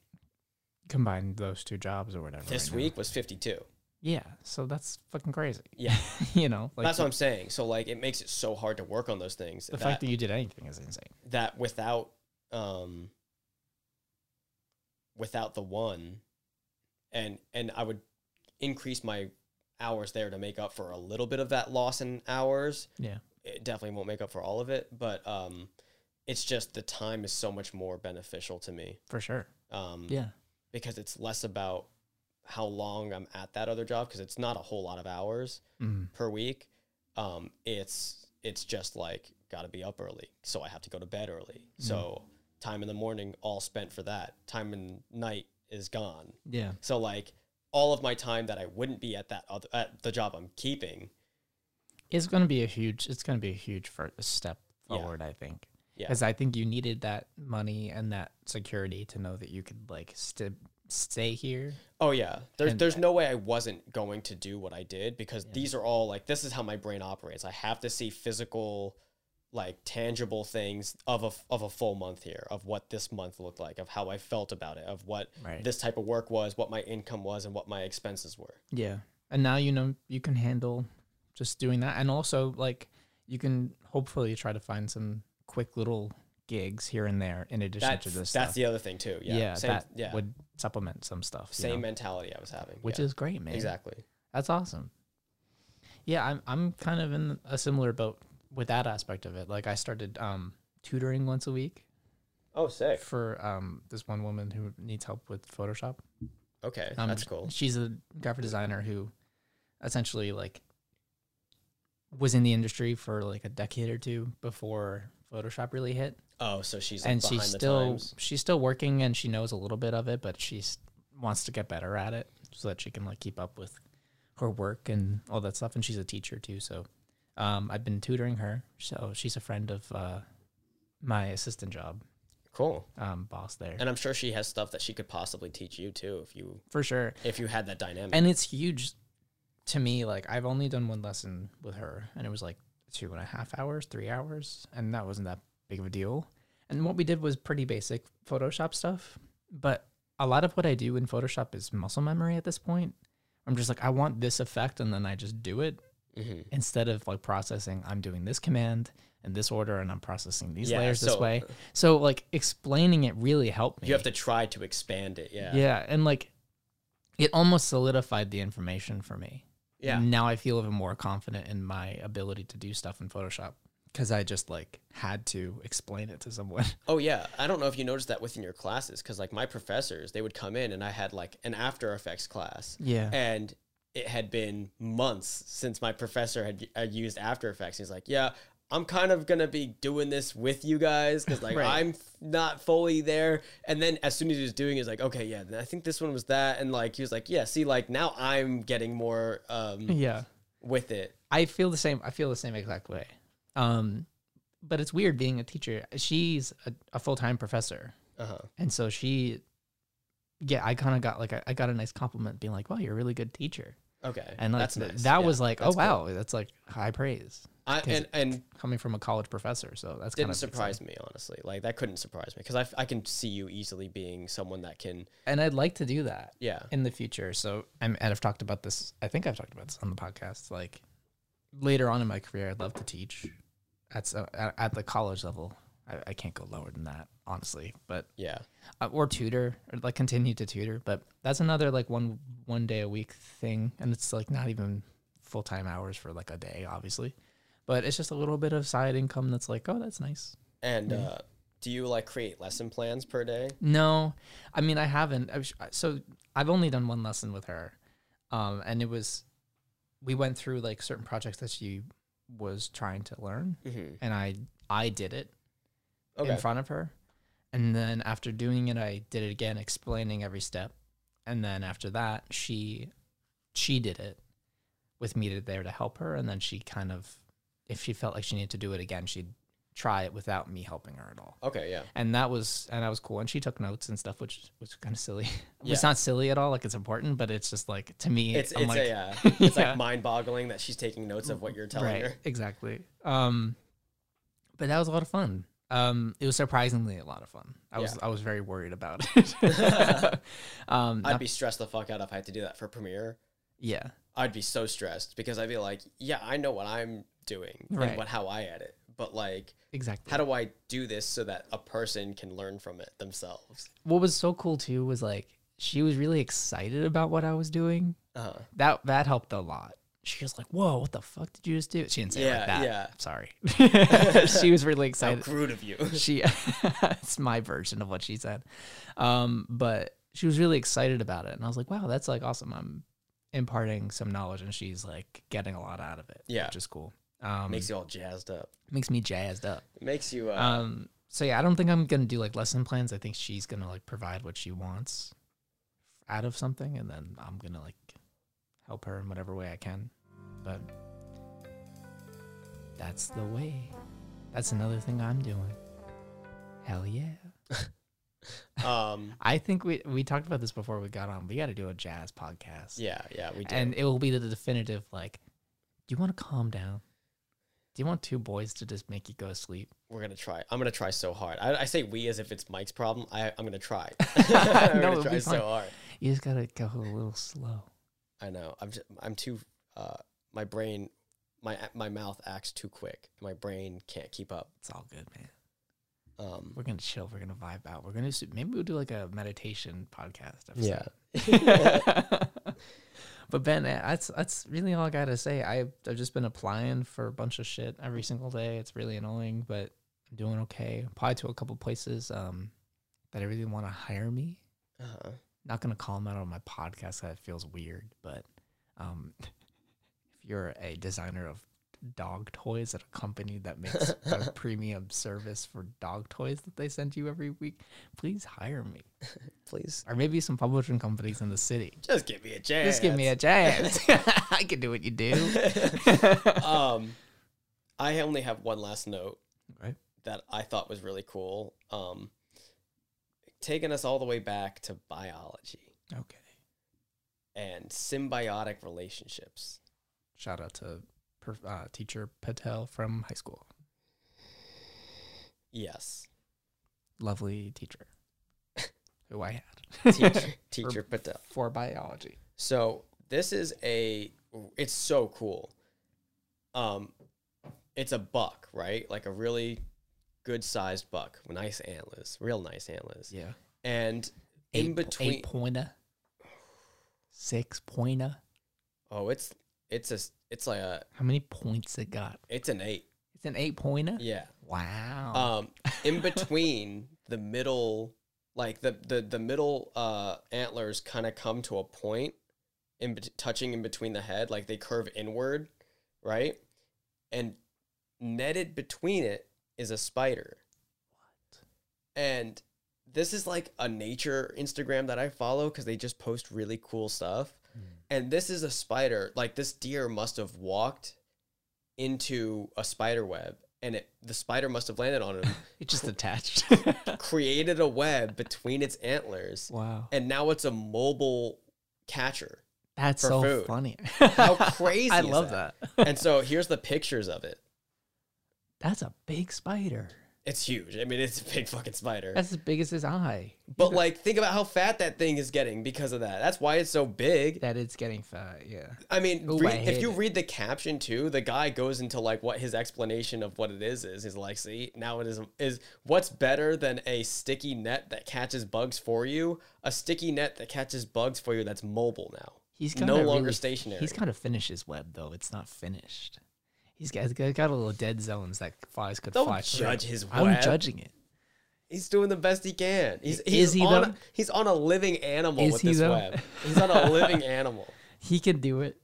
[SPEAKER 1] Combine those two jobs or whatever.
[SPEAKER 2] This
[SPEAKER 1] right now?
[SPEAKER 2] week was 52.
[SPEAKER 1] Yeah, so that's fucking crazy.
[SPEAKER 2] Yeah.
[SPEAKER 1] *laughs* you know, like
[SPEAKER 2] That's
[SPEAKER 1] the,
[SPEAKER 2] what I'm saying. So like it makes it so hard to work on those things.
[SPEAKER 1] the fact that you did anything is insane.
[SPEAKER 2] that without um without the one and and I would increase my hours there to make up for a little bit of that loss in hours.
[SPEAKER 1] Yeah.
[SPEAKER 2] It definitely won't make up for all of it, but um it's just the time is so much more beneficial to me.
[SPEAKER 1] For sure.
[SPEAKER 2] Um
[SPEAKER 1] Yeah.
[SPEAKER 2] because it's less about how long I'm at that other job because it's not a whole lot of hours
[SPEAKER 1] Mm.
[SPEAKER 2] per week. Um, it's it's just like got to be up early, so I have to go to bed early. So time in the morning all spent for that. Time in night is gone.
[SPEAKER 1] Yeah.
[SPEAKER 2] So like all of my time that I wouldn't be at that other at the job I'm keeping.
[SPEAKER 1] It's going to be a huge. It's going to be a huge first step
[SPEAKER 2] Yeah.
[SPEAKER 1] forward. I think.
[SPEAKER 2] Yeah.
[SPEAKER 1] Because I think you needed that money and that security to know that you could like st- stay here.
[SPEAKER 2] Oh yeah, there's
[SPEAKER 1] And-
[SPEAKER 2] there's no way I wasn't going to do what I did because these are all like this is how my brain operates. I have to see physical, like tangible things of a of a full month here of what this month looked like, of how I felt about it, of what
[SPEAKER 1] Right.
[SPEAKER 2] this type of work was, what my income was, and what my expenses were.
[SPEAKER 1] Yeah. And now you know you can handle just doing that. And also like you can hopefully try to find some quick little gigs here and there in addition
[SPEAKER 2] That's
[SPEAKER 1] to this.
[SPEAKER 2] that's
[SPEAKER 1] stuff.
[SPEAKER 2] the other thing too. Yeah,
[SPEAKER 1] yeah,
[SPEAKER 2] same,
[SPEAKER 1] that
[SPEAKER 2] yeah,
[SPEAKER 1] would supplement some stuff. you
[SPEAKER 2] same
[SPEAKER 1] know,
[SPEAKER 2] mentality I was having,
[SPEAKER 1] which
[SPEAKER 2] yeah,
[SPEAKER 1] is great, man.
[SPEAKER 2] exactly.
[SPEAKER 1] That's awesome. Yeah, I'm I'm kind of in a similar boat with that aspect of it. Like I started um tutoring once a week
[SPEAKER 2] Oh, sick.
[SPEAKER 1] for um this one woman who needs help with Photoshop.
[SPEAKER 2] Okay,
[SPEAKER 1] Um,
[SPEAKER 2] that's cool.
[SPEAKER 1] She's a graphic designer who essentially like was in the industry for like a decade or two before Photoshop really hit.
[SPEAKER 2] Oh, so she's like,
[SPEAKER 1] and
[SPEAKER 2] behind
[SPEAKER 1] she's
[SPEAKER 2] the
[SPEAKER 1] still
[SPEAKER 2] times.
[SPEAKER 1] she's still working and she knows a little bit of it, but she s- wants to get better at it so that she can like keep up with her work and all that stuff and she's a teacher too, so um, I've been tutoring her. So she's a friend of uh, my assistant job
[SPEAKER 2] cool.
[SPEAKER 1] um, boss there.
[SPEAKER 2] And I'm sure she has stuff that she could possibly teach you too if you
[SPEAKER 1] for sure.
[SPEAKER 2] if you had that dynamic.
[SPEAKER 1] and it's huge to me like i've only done one lesson with her and it was like two and a half hours three hours and that wasn't that big of a deal and what we did was pretty basic photoshop stuff but a lot of what i do in photoshop is muscle memory at this point i'm just like i want this effect and then i just do it
[SPEAKER 2] mm-hmm.
[SPEAKER 1] instead of like processing i'm doing this command in this order and i'm processing these
[SPEAKER 2] Yeah,
[SPEAKER 1] layers this
[SPEAKER 2] so-
[SPEAKER 1] way so like explaining it really helped me
[SPEAKER 2] you have to try to expand it. Yeah.
[SPEAKER 1] yeah and like it almost solidified the information for me
[SPEAKER 2] Yeah.
[SPEAKER 1] now I feel even more confident in my ability to do stuff in Photoshop because I just like had to explain it to someone. *laughs*
[SPEAKER 2] Oh yeah. I don't know if you noticed that within your classes cuz like my professors, they would come in and I had like an after effects class
[SPEAKER 1] Yeah.
[SPEAKER 2] and it had been months since my professor had uh, used after effects. He's like, "Yeah, I'm kind of going to be doing this with you guys cuz
[SPEAKER 1] *laughs*
[SPEAKER 2] like
[SPEAKER 1] Right.
[SPEAKER 2] I'm f- not fully there." And then as soon as he was doing it, he's like, "Okay, yeah, I think this one was that." And like he was like, "Yeah, see like now I'm getting more um
[SPEAKER 1] Yeah.
[SPEAKER 2] with it."
[SPEAKER 1] I feel the same. I feel the same exact way. Um, but it's weird being a teacher. She's a, a full time professor.
[SPEAKER 2] Uh-huh.
[SPEAKER 1] And so she, yeah, I kind of got like, I, I got a nice compliment being like, wow, you're a really good teacher.
[SPEAKER 2] Okay.
[SPEAKER 1] And like,
[SPEAKER 2] that's
[SPEAKER 1] th-
[SPEAKER 2] nice.
[SPEAKER 1] that
[SPEAKER 2] Yeah,
[SPEAKER 1] was like, oh,
[SPEAKER 2] that's cool.
[SPEAKER 1] wow, that's like high praise
[SPEAKER 2] I, and and
[SPEAKER 1] coming from a college professor. So that's kind
[SPEAKER 2] didn't
[SPEAKER 1] of
[SPEAKER 2] surprise me honestly. Like that couldn't surprise me because I, f- I can see you easily being someone that can
[SPEAKER 1] And I'd like to do that.
[SPEAKER 2] yeah
[SPEAKER 1] in the future. So I'm, and I've talked about this. I think I've talked about this on the podcast. Like later on in my career, I'd love to teach at so- at, at the college level. I, I can't go lower than that, honestly. But
[SPEAKER 2] yeah
[SPEAKER 1] uh, or tutor or like continue to tutor. But that's another like one one day a week thing, and it's like not even full time hours for like a day, obviously. But it's just a little bit of side income that's like, oh, that's nice.
[SPEAKER 2] and.
[SPEAKER 1] Mm-hmm.
[SPEAKER 2] Uh, do you like create lesson plans per day?
[SPEAKER 1] No, I mean I haven't. I was, so I've only done one lesson with her, um, and it was we went through like certain projects that she was trying to learn,
[SPEAKER 2] Mm-hmm.
[SPEAKER 1] and I I did it
[SPEAKER 2] Okay.
[SPEAKER 1] in front of her, and then after doing it, I did it again, explaining every step, and then after that, she she did it with me to- there to help her, and then she kind of if she felt like she needed to do it again, she'd try it without me helping her at all
[SPEAKER 2] Okay. Yeah.
[SPEAKER 1] and that was and that was cool. And she took notes and stuff, which was kind of silly. *laughs*
[SPEAKER 2] Yeah.
[SPEAKER 1] It's not silly at all. Like it's important, but it's just like to me,
[SPEAKER 2] It's
[SPEAKER 1] I'm
[SPEAKER 2] it's
[SPEAKER 1] like, *laughs*
[SPEAKER 2] a, yeah. It's
[SPEAKER 1] Yeah.
[SPEAKER 2] like mind boggling that she's taking notes of what you're telling
[SPEAKER 1] right, Mm-hmm.
[SPEAKER 2] her.
[SPEAKER 1] exactly. Um, but that was a lot of fun. Um, it was surprisingly a lot of fun. I was I was very worried
[SPEAKER 2] *laughs*
[SPEAKER 1] about *laughs* it. um,
[SPEAKER 2] I'd
[SPEAKER 1] not-
[SPEAKER 2] be stressed the fuck out if I had to do that for Premiere.
[SPEAKER 1] yeah,
[SPEAKER 2] I'd be so stressed because I'd be like, yeah, I know what I'm doing
[SPEAKER 1] Right.
[SPEAKER 2] and what how I edit, but like,
[SPEAKER 1] exactly.
[SPEAKER 2] how do I do this so that a person can learn from it themselves?
[SPEAKER 1] what was so cool too was like she was really excited about what I was doing.
[SPEAKER 2] Uh-huh.
[SPEAKER 1] That that helped a lot. She was like, "Whoa, what the fuck did you just do?" She didn't say it
[SPEAKER 2] Yeah,
[SPEAKER 1] like that.
[SPEAKER 2] yeah.
[SPEAKER 1] Sorry. *laughs* she was
[SPEAKER 2] *laughs*
[SPEAKER 1] really
[SPEAKER 2] How
[SPEAKER 1] excited. *laughs*
[SPEAKER 2] crude of you.
[SPEAKER 1] she it's my version of what she said um but she was really excited about it, and I was like, wow, that's like awesome. I'm imparting some knowledge, and she's like getting a lot out of it.
[SPEAKER 2] Yeah.
[SPEAKER 1] which is cool. Um,
[SPEAKER 2] Makes
[SPEAKER 1] makes
[SPEAKER 2] you all jazzed up.
[SPEAKER 1] makes me jazzed up.
[SPEAKER 2] Mm. Makes you. Uh,
[SPEAKER 1] Um, so yeah, I don't think I'm gonna do like lesson plans. I think she's gonna like provide what she wants out of something, and then I'm gonna like help her in whatever way I can. But that's the way. That's another thing I'm doing. Hell yeah!
[SPEAKER 2] um.
[SPEAKER 1] I think we we talked about this before we got on. We got to do a jazz podcast,
[SPEAKER 2] Yeah. Yeah. We did.
[SPEAKER 1] and it will be the definitive. Like, do you want to calm down? Do you want two boys to just make you go to sleep?
[SPEAKER 2] We're gonna try. I'm gonna try so hard. I, I say we as if it's Mike's problem. I, I'm gonna try.
[SPEAKER 1] *laughs* No,
[SPEAKER 2] *laughs* I'm
[SPEAKER 1] it'll be
[SPEAKER 2] gonna try so
[SPEAKER 1] fine.
[SPEAKER 2] hard.
[SPEAKER 1] You just gotta go a little slow.
[SPEAKER 2] I know. I'm just. I'm too. Uh. My brain. My my mouth acts too quick. My brain can't keep up.
[SPEAKER 1] It's all good, man.
[SPEAKER 2] Um.
[SPEAKER 1] We're gonna chill. We're gonna vibe out. We're gonna maybe we'll do like a meditation podcast.
[SPEAKER 2] Yeah.
[SPEAKER 1] *laughs*
[SPEAKER 2] *laughs*
[SPEAKER 1] Yeah. but Ben, eh, that's that's really all I gotta say. I I've just been applying for a bunch of shit every single day. It's really annoying, but I'm doing okay. Applied to a couple places um that I really want to hire me.
[SPEAKER 2] Uh-huh.
[SPEAKER 1] Not gonna call them out on my podcast. That feels weird, but um, *laughs* if you're a designer of dog toys at a company that makes a premium service for dog toys that they send you every week, please hire me.
[SPEAKER 2] Please.
[SPEAKER 1] Or maybe some publishing companies in the city.
[SPEAKER 2] Just give me a chance.
[SPEAKER 1] Just give me a chance.
[SPEAKER 2] *laughs*
[SPEAKER 1] *laughs* I can do what you do.
[SPEAKER 2] um, I only have one last note
[SPEAKER 1] Right.
[SPEAKER 2] that I thought was really cool. Um, taking us all the way back to biology
[SPEAKER 1] Okay.
[SPEAKER 2] and symbiotic relationships.
[SPEAKER 1] Shout out to per, uh, teacher Patel from high school. *laughs*
[SPEAKER 2] Yes,
[SPEAKER 1] Lovely teacher *laughs* who I had
[SPEAKER 2] teacher, teacher Patel.
[SPEAKER 1] for biology.
[SPEAKER 2] So this is a. It's so cool. Um, it's a buck, right? Like a really good sized buck, nice antlers, real nice antlers,
[SPEAKER 1] Yeah.
[SPEAKER 2] and
[SPEAKER 1] Eight,
[SPEAKER 2] in between.
[SPEAKER 1] Eight pointer. Six pointer.
[SPEAKER 2] Oh, it's it's a it's like a
[SPEAKER 1] How many points it got?
[SPEAKER 2] it's an eight.
[SPEAKER 1] It's an eight pointer.
[SPEAKER 2] Yeah.
[SPEAKER 1] Wow.
[SPEAKER 2] Um, in between the middle, like the the the middle uh antlers kind of come to a point, in bet- touching in between the head, like they curve inward, right? And netted between it is a spider. And this is like a nature Instagram that I follow because they just post really cool stuff.
[SPEAKER 1] *laughs*
[SPEAKER 2] And this is a spider. Like this deer must have walked into a spider web, and it the spider must have landed on him,
[SPEAKER 1] it just
[SPEAKER 2] *laughs*
[SPEAKER 1] attached. *laughs*
[SPEAKER 2] created a web between its antlers,
[SPEAKER 1] wow.
[SPEAKER 2] and now it's a mobile catcher.
[SPEAKER 1] That's
[SPEAKER 2] for
[SPEAKER 1] so
[SPEAKER 2] food.
[SPEAKER 1] funny.
[SPEAKER 2] How crazy!
[SPEAKER 1] *laughs* I
[SPEAKER 2] is
[SPEAKER 1] love
[SPEAKER 2] that?
[SPEAKER 1] that.
[SPEAKER 2] and so here's the pictures of it.
[SPEAKER 1] That's a big spider.
[SPEAKER 2] It's huge. I mean, it's a big fucking spider.
[SPEAKER 1] That's as big as his eye.
[SPEAKER 2] but like, think about how fat that thing is getting because of that. That's why it's so big.
[SPEAKER 1] That it's getting fat. Yeah.
[SPEAKER 2] I mean,
[SPEAKER 1] Ooh,
[SPEAKER 2] read,
[SPEAKER 1] I
[SPEAKER 2] if
[SPEAKER 1] hate
[SPEAKER 2] you
[SPEAKER 1] it.
[SPEAKER 2] read the caption too, the guy goes into like what his explanation of what it is is. He's like, "See, now it is is what's better than a sticky net that catches bugs for you? A sticky net that catches bugs for you that's mobile now.
[SPEAKER 1] He's
[SPEAKER 2] no
[SPEAKER 1] gotta
[SPEAKER 2] longer
[SPEAKER 1] really-
[SPEAKER 2] stationary.
[SPEAKER 1] He's kind of finished his web though. It's not finished. He's got, he's got got a little dead zones that flies could
[SPEAKER 2] Don't
[SPEAKER 1] fly.
[SPEAKER 2] judge
[SPEAKER 1] through.
[SPEAKER 2] his
[SPEAKER 1] I'm
[SPEAKER 2] web.
[SPEAKER 1] judging it.
[SPEAKER 2] He's doing the best he can. He's,
[SPEAKER 1] Is
[SPEAKER 2] he's
[SPEAKER 1] he,
[SPEAKER 2] on
[SPEAKER 1] though?
[SPEAKER 2] a, he's on a living animal
[SPEAKER 1] Is
[SPEAKER 2] with
[SPEAKER 1] he,
[SPEAKER 2] this
[SPEAKER 1] though?
[SPEAKER 2] web. He's
[SPEAKER 1] *laughs*
[SPEAKER 2] on a living animal.
[SPEAKER 1] He can do it.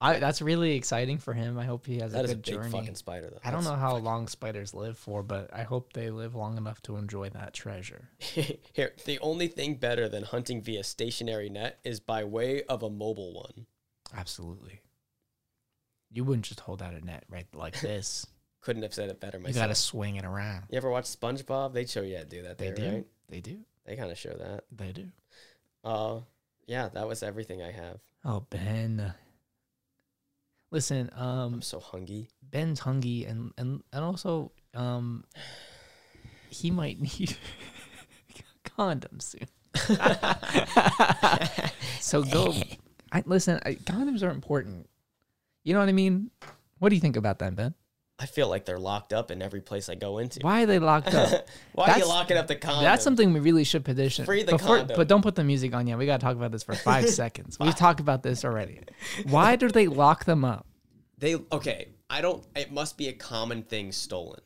[SPEAKER 1] I. That's really exciting for him. I hope he has
[SPEAKER 2] That
[SPEAKER 1] a
[SPEAKER 2] is a
[SPEAKER 1] good
[SPEAKER 2] big
[SPEAKER 1] journey.
[SPEAKER 2] fucking spider though.
[SPEAKER 1] I don't know how long spiders live for, but I hope they live long enough to enjoy that treasure.
[SPEAKER 2] *laughs* Here, the only thing better than hunting via stationary net is by way of a mobile one.
[SPEAKER 1] Absolutely. You wouldn't just hold out a net right
[SPEAKER 2] *laughs*
[SPEAKER 1] like this.
[SPEAKER 2] Couldn't have said it better
[SPEAKER 1] you
[SPEAKER 2] myself.
[SPEAKER 1] got to swing it around.
[SPEAKER 2] You ever watch SpongeBob? They show you how to do that
[SPEAKER 1] They
[SPEAKER 2] there,
[SPEAKER 1] do.
[SPEAKER 2] right?
[SPEAKER 1] They do.
[SPEAKER 2] They kind of show that.
[SPEAKER 1] They do.
[SPEAKER 2] Uh, yeah, that was everything I have.
[SPEAKER 1] Oh, Ben. Listen, um,
[SPEAKER 2] I'm
[SPEAKER 1] *laughs*
[SPEAKER 2] so hungry.
[SPEAKER 1] Ben's hungry, and and and also, um, he might *laughs* need condoms soon. so go. I listen. I, condoms are important. You know what I mean? What do you think about that, Ben?
[SPEAKER 2] I feel like they're locked up in every place I go into.
[SPEAKER 1] Why are they locked up?
[SPEAKER 2] *laughs* Why are you
[SPEAKER 1] That's-
[SPEAKER 2] locking up the condom?
[SPEAKER 1] That's something we really should petition.
[SPEAKER 2] Free the condom.
[SPEAKER 1] But don't put the music on yet. We gotta talk about this for
[SPEAKER 2] *laughs*
[SPEAKER 1] five seconds. We've talked about this already. Why do they lock them up?
[SPEAKER 2] They okay. I don't. It must be a common thing stolen.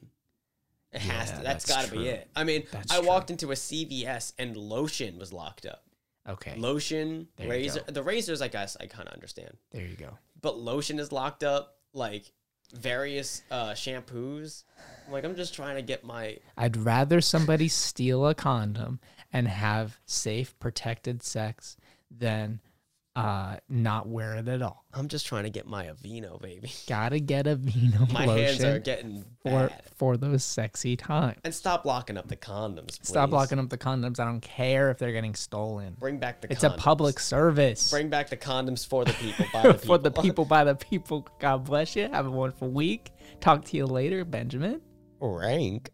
[SPEAKER 2] It has
[SPEAKER 1] Yeah,
[SPEAKER 2] to. that's
[SPEAKER 1] that's
[SPEAKER 2] got to
[SPEAKER 1] true.
[SPEAKER 2] be it. I mean,
[SPEAKER 1] That's
[SPEAKER 2] I
[SPEAKER 1] true.
[SPEAKER 2] walked into a CVS and lotion was locked up.
[SPEAKER 1] Okay.
[SPEAKER 2] Lotion,
[SPEAKER 1] There you
[SPEAKER 2] razor.
[SPEAKER 1] go.
[SPEAKER 2] The razors, I guess, I kind of understand.
[SPEAKER 1] there you go.
[SPEAKER 2] But lotion is locked up. Like various uh, shampoos. I'm like I'm just trying to get my.
[SPEAKER 1] I'd rather somebody steal a condom and have safe, protected sex than uh, not wear it at all.
[SPEAKER 2] I'm just trying to get my Aveeno, baby. *laughs*
[SPEAKER 1] Gotta get a vino
[SPEAKER 2] My
[SPEAKER 1] lotion
[SPEAKER 2] hands are getting
[SPEAKER 1] for
[SPEAKER 2] bad.
[SPEAKER 1] for those sexy times.
[SPEAKER 2] And stop locking up the condoms. Please.
[SPEAKER 1] Stop locking up the condoms. I don't care if they're getting stolen.
[SPEAKER 2] Bring back the.
[SPEAKER 1] It's a
[SPEAKER 2] condoms.
[SPEAKER 1] public service.
[SPEAKER 2] Bring back the condoms for
[SPEAKER 1] *laughs*
[SPEAKER 2] the people. By the people.
[SPEAKER 1] for the
[SPEAKER 2] *laughs*
[SPEAKER 1] people by the people. God bless you. Have a wonderful week. Talk to you later, Benjamin.
[SPEAKER 2] Rank.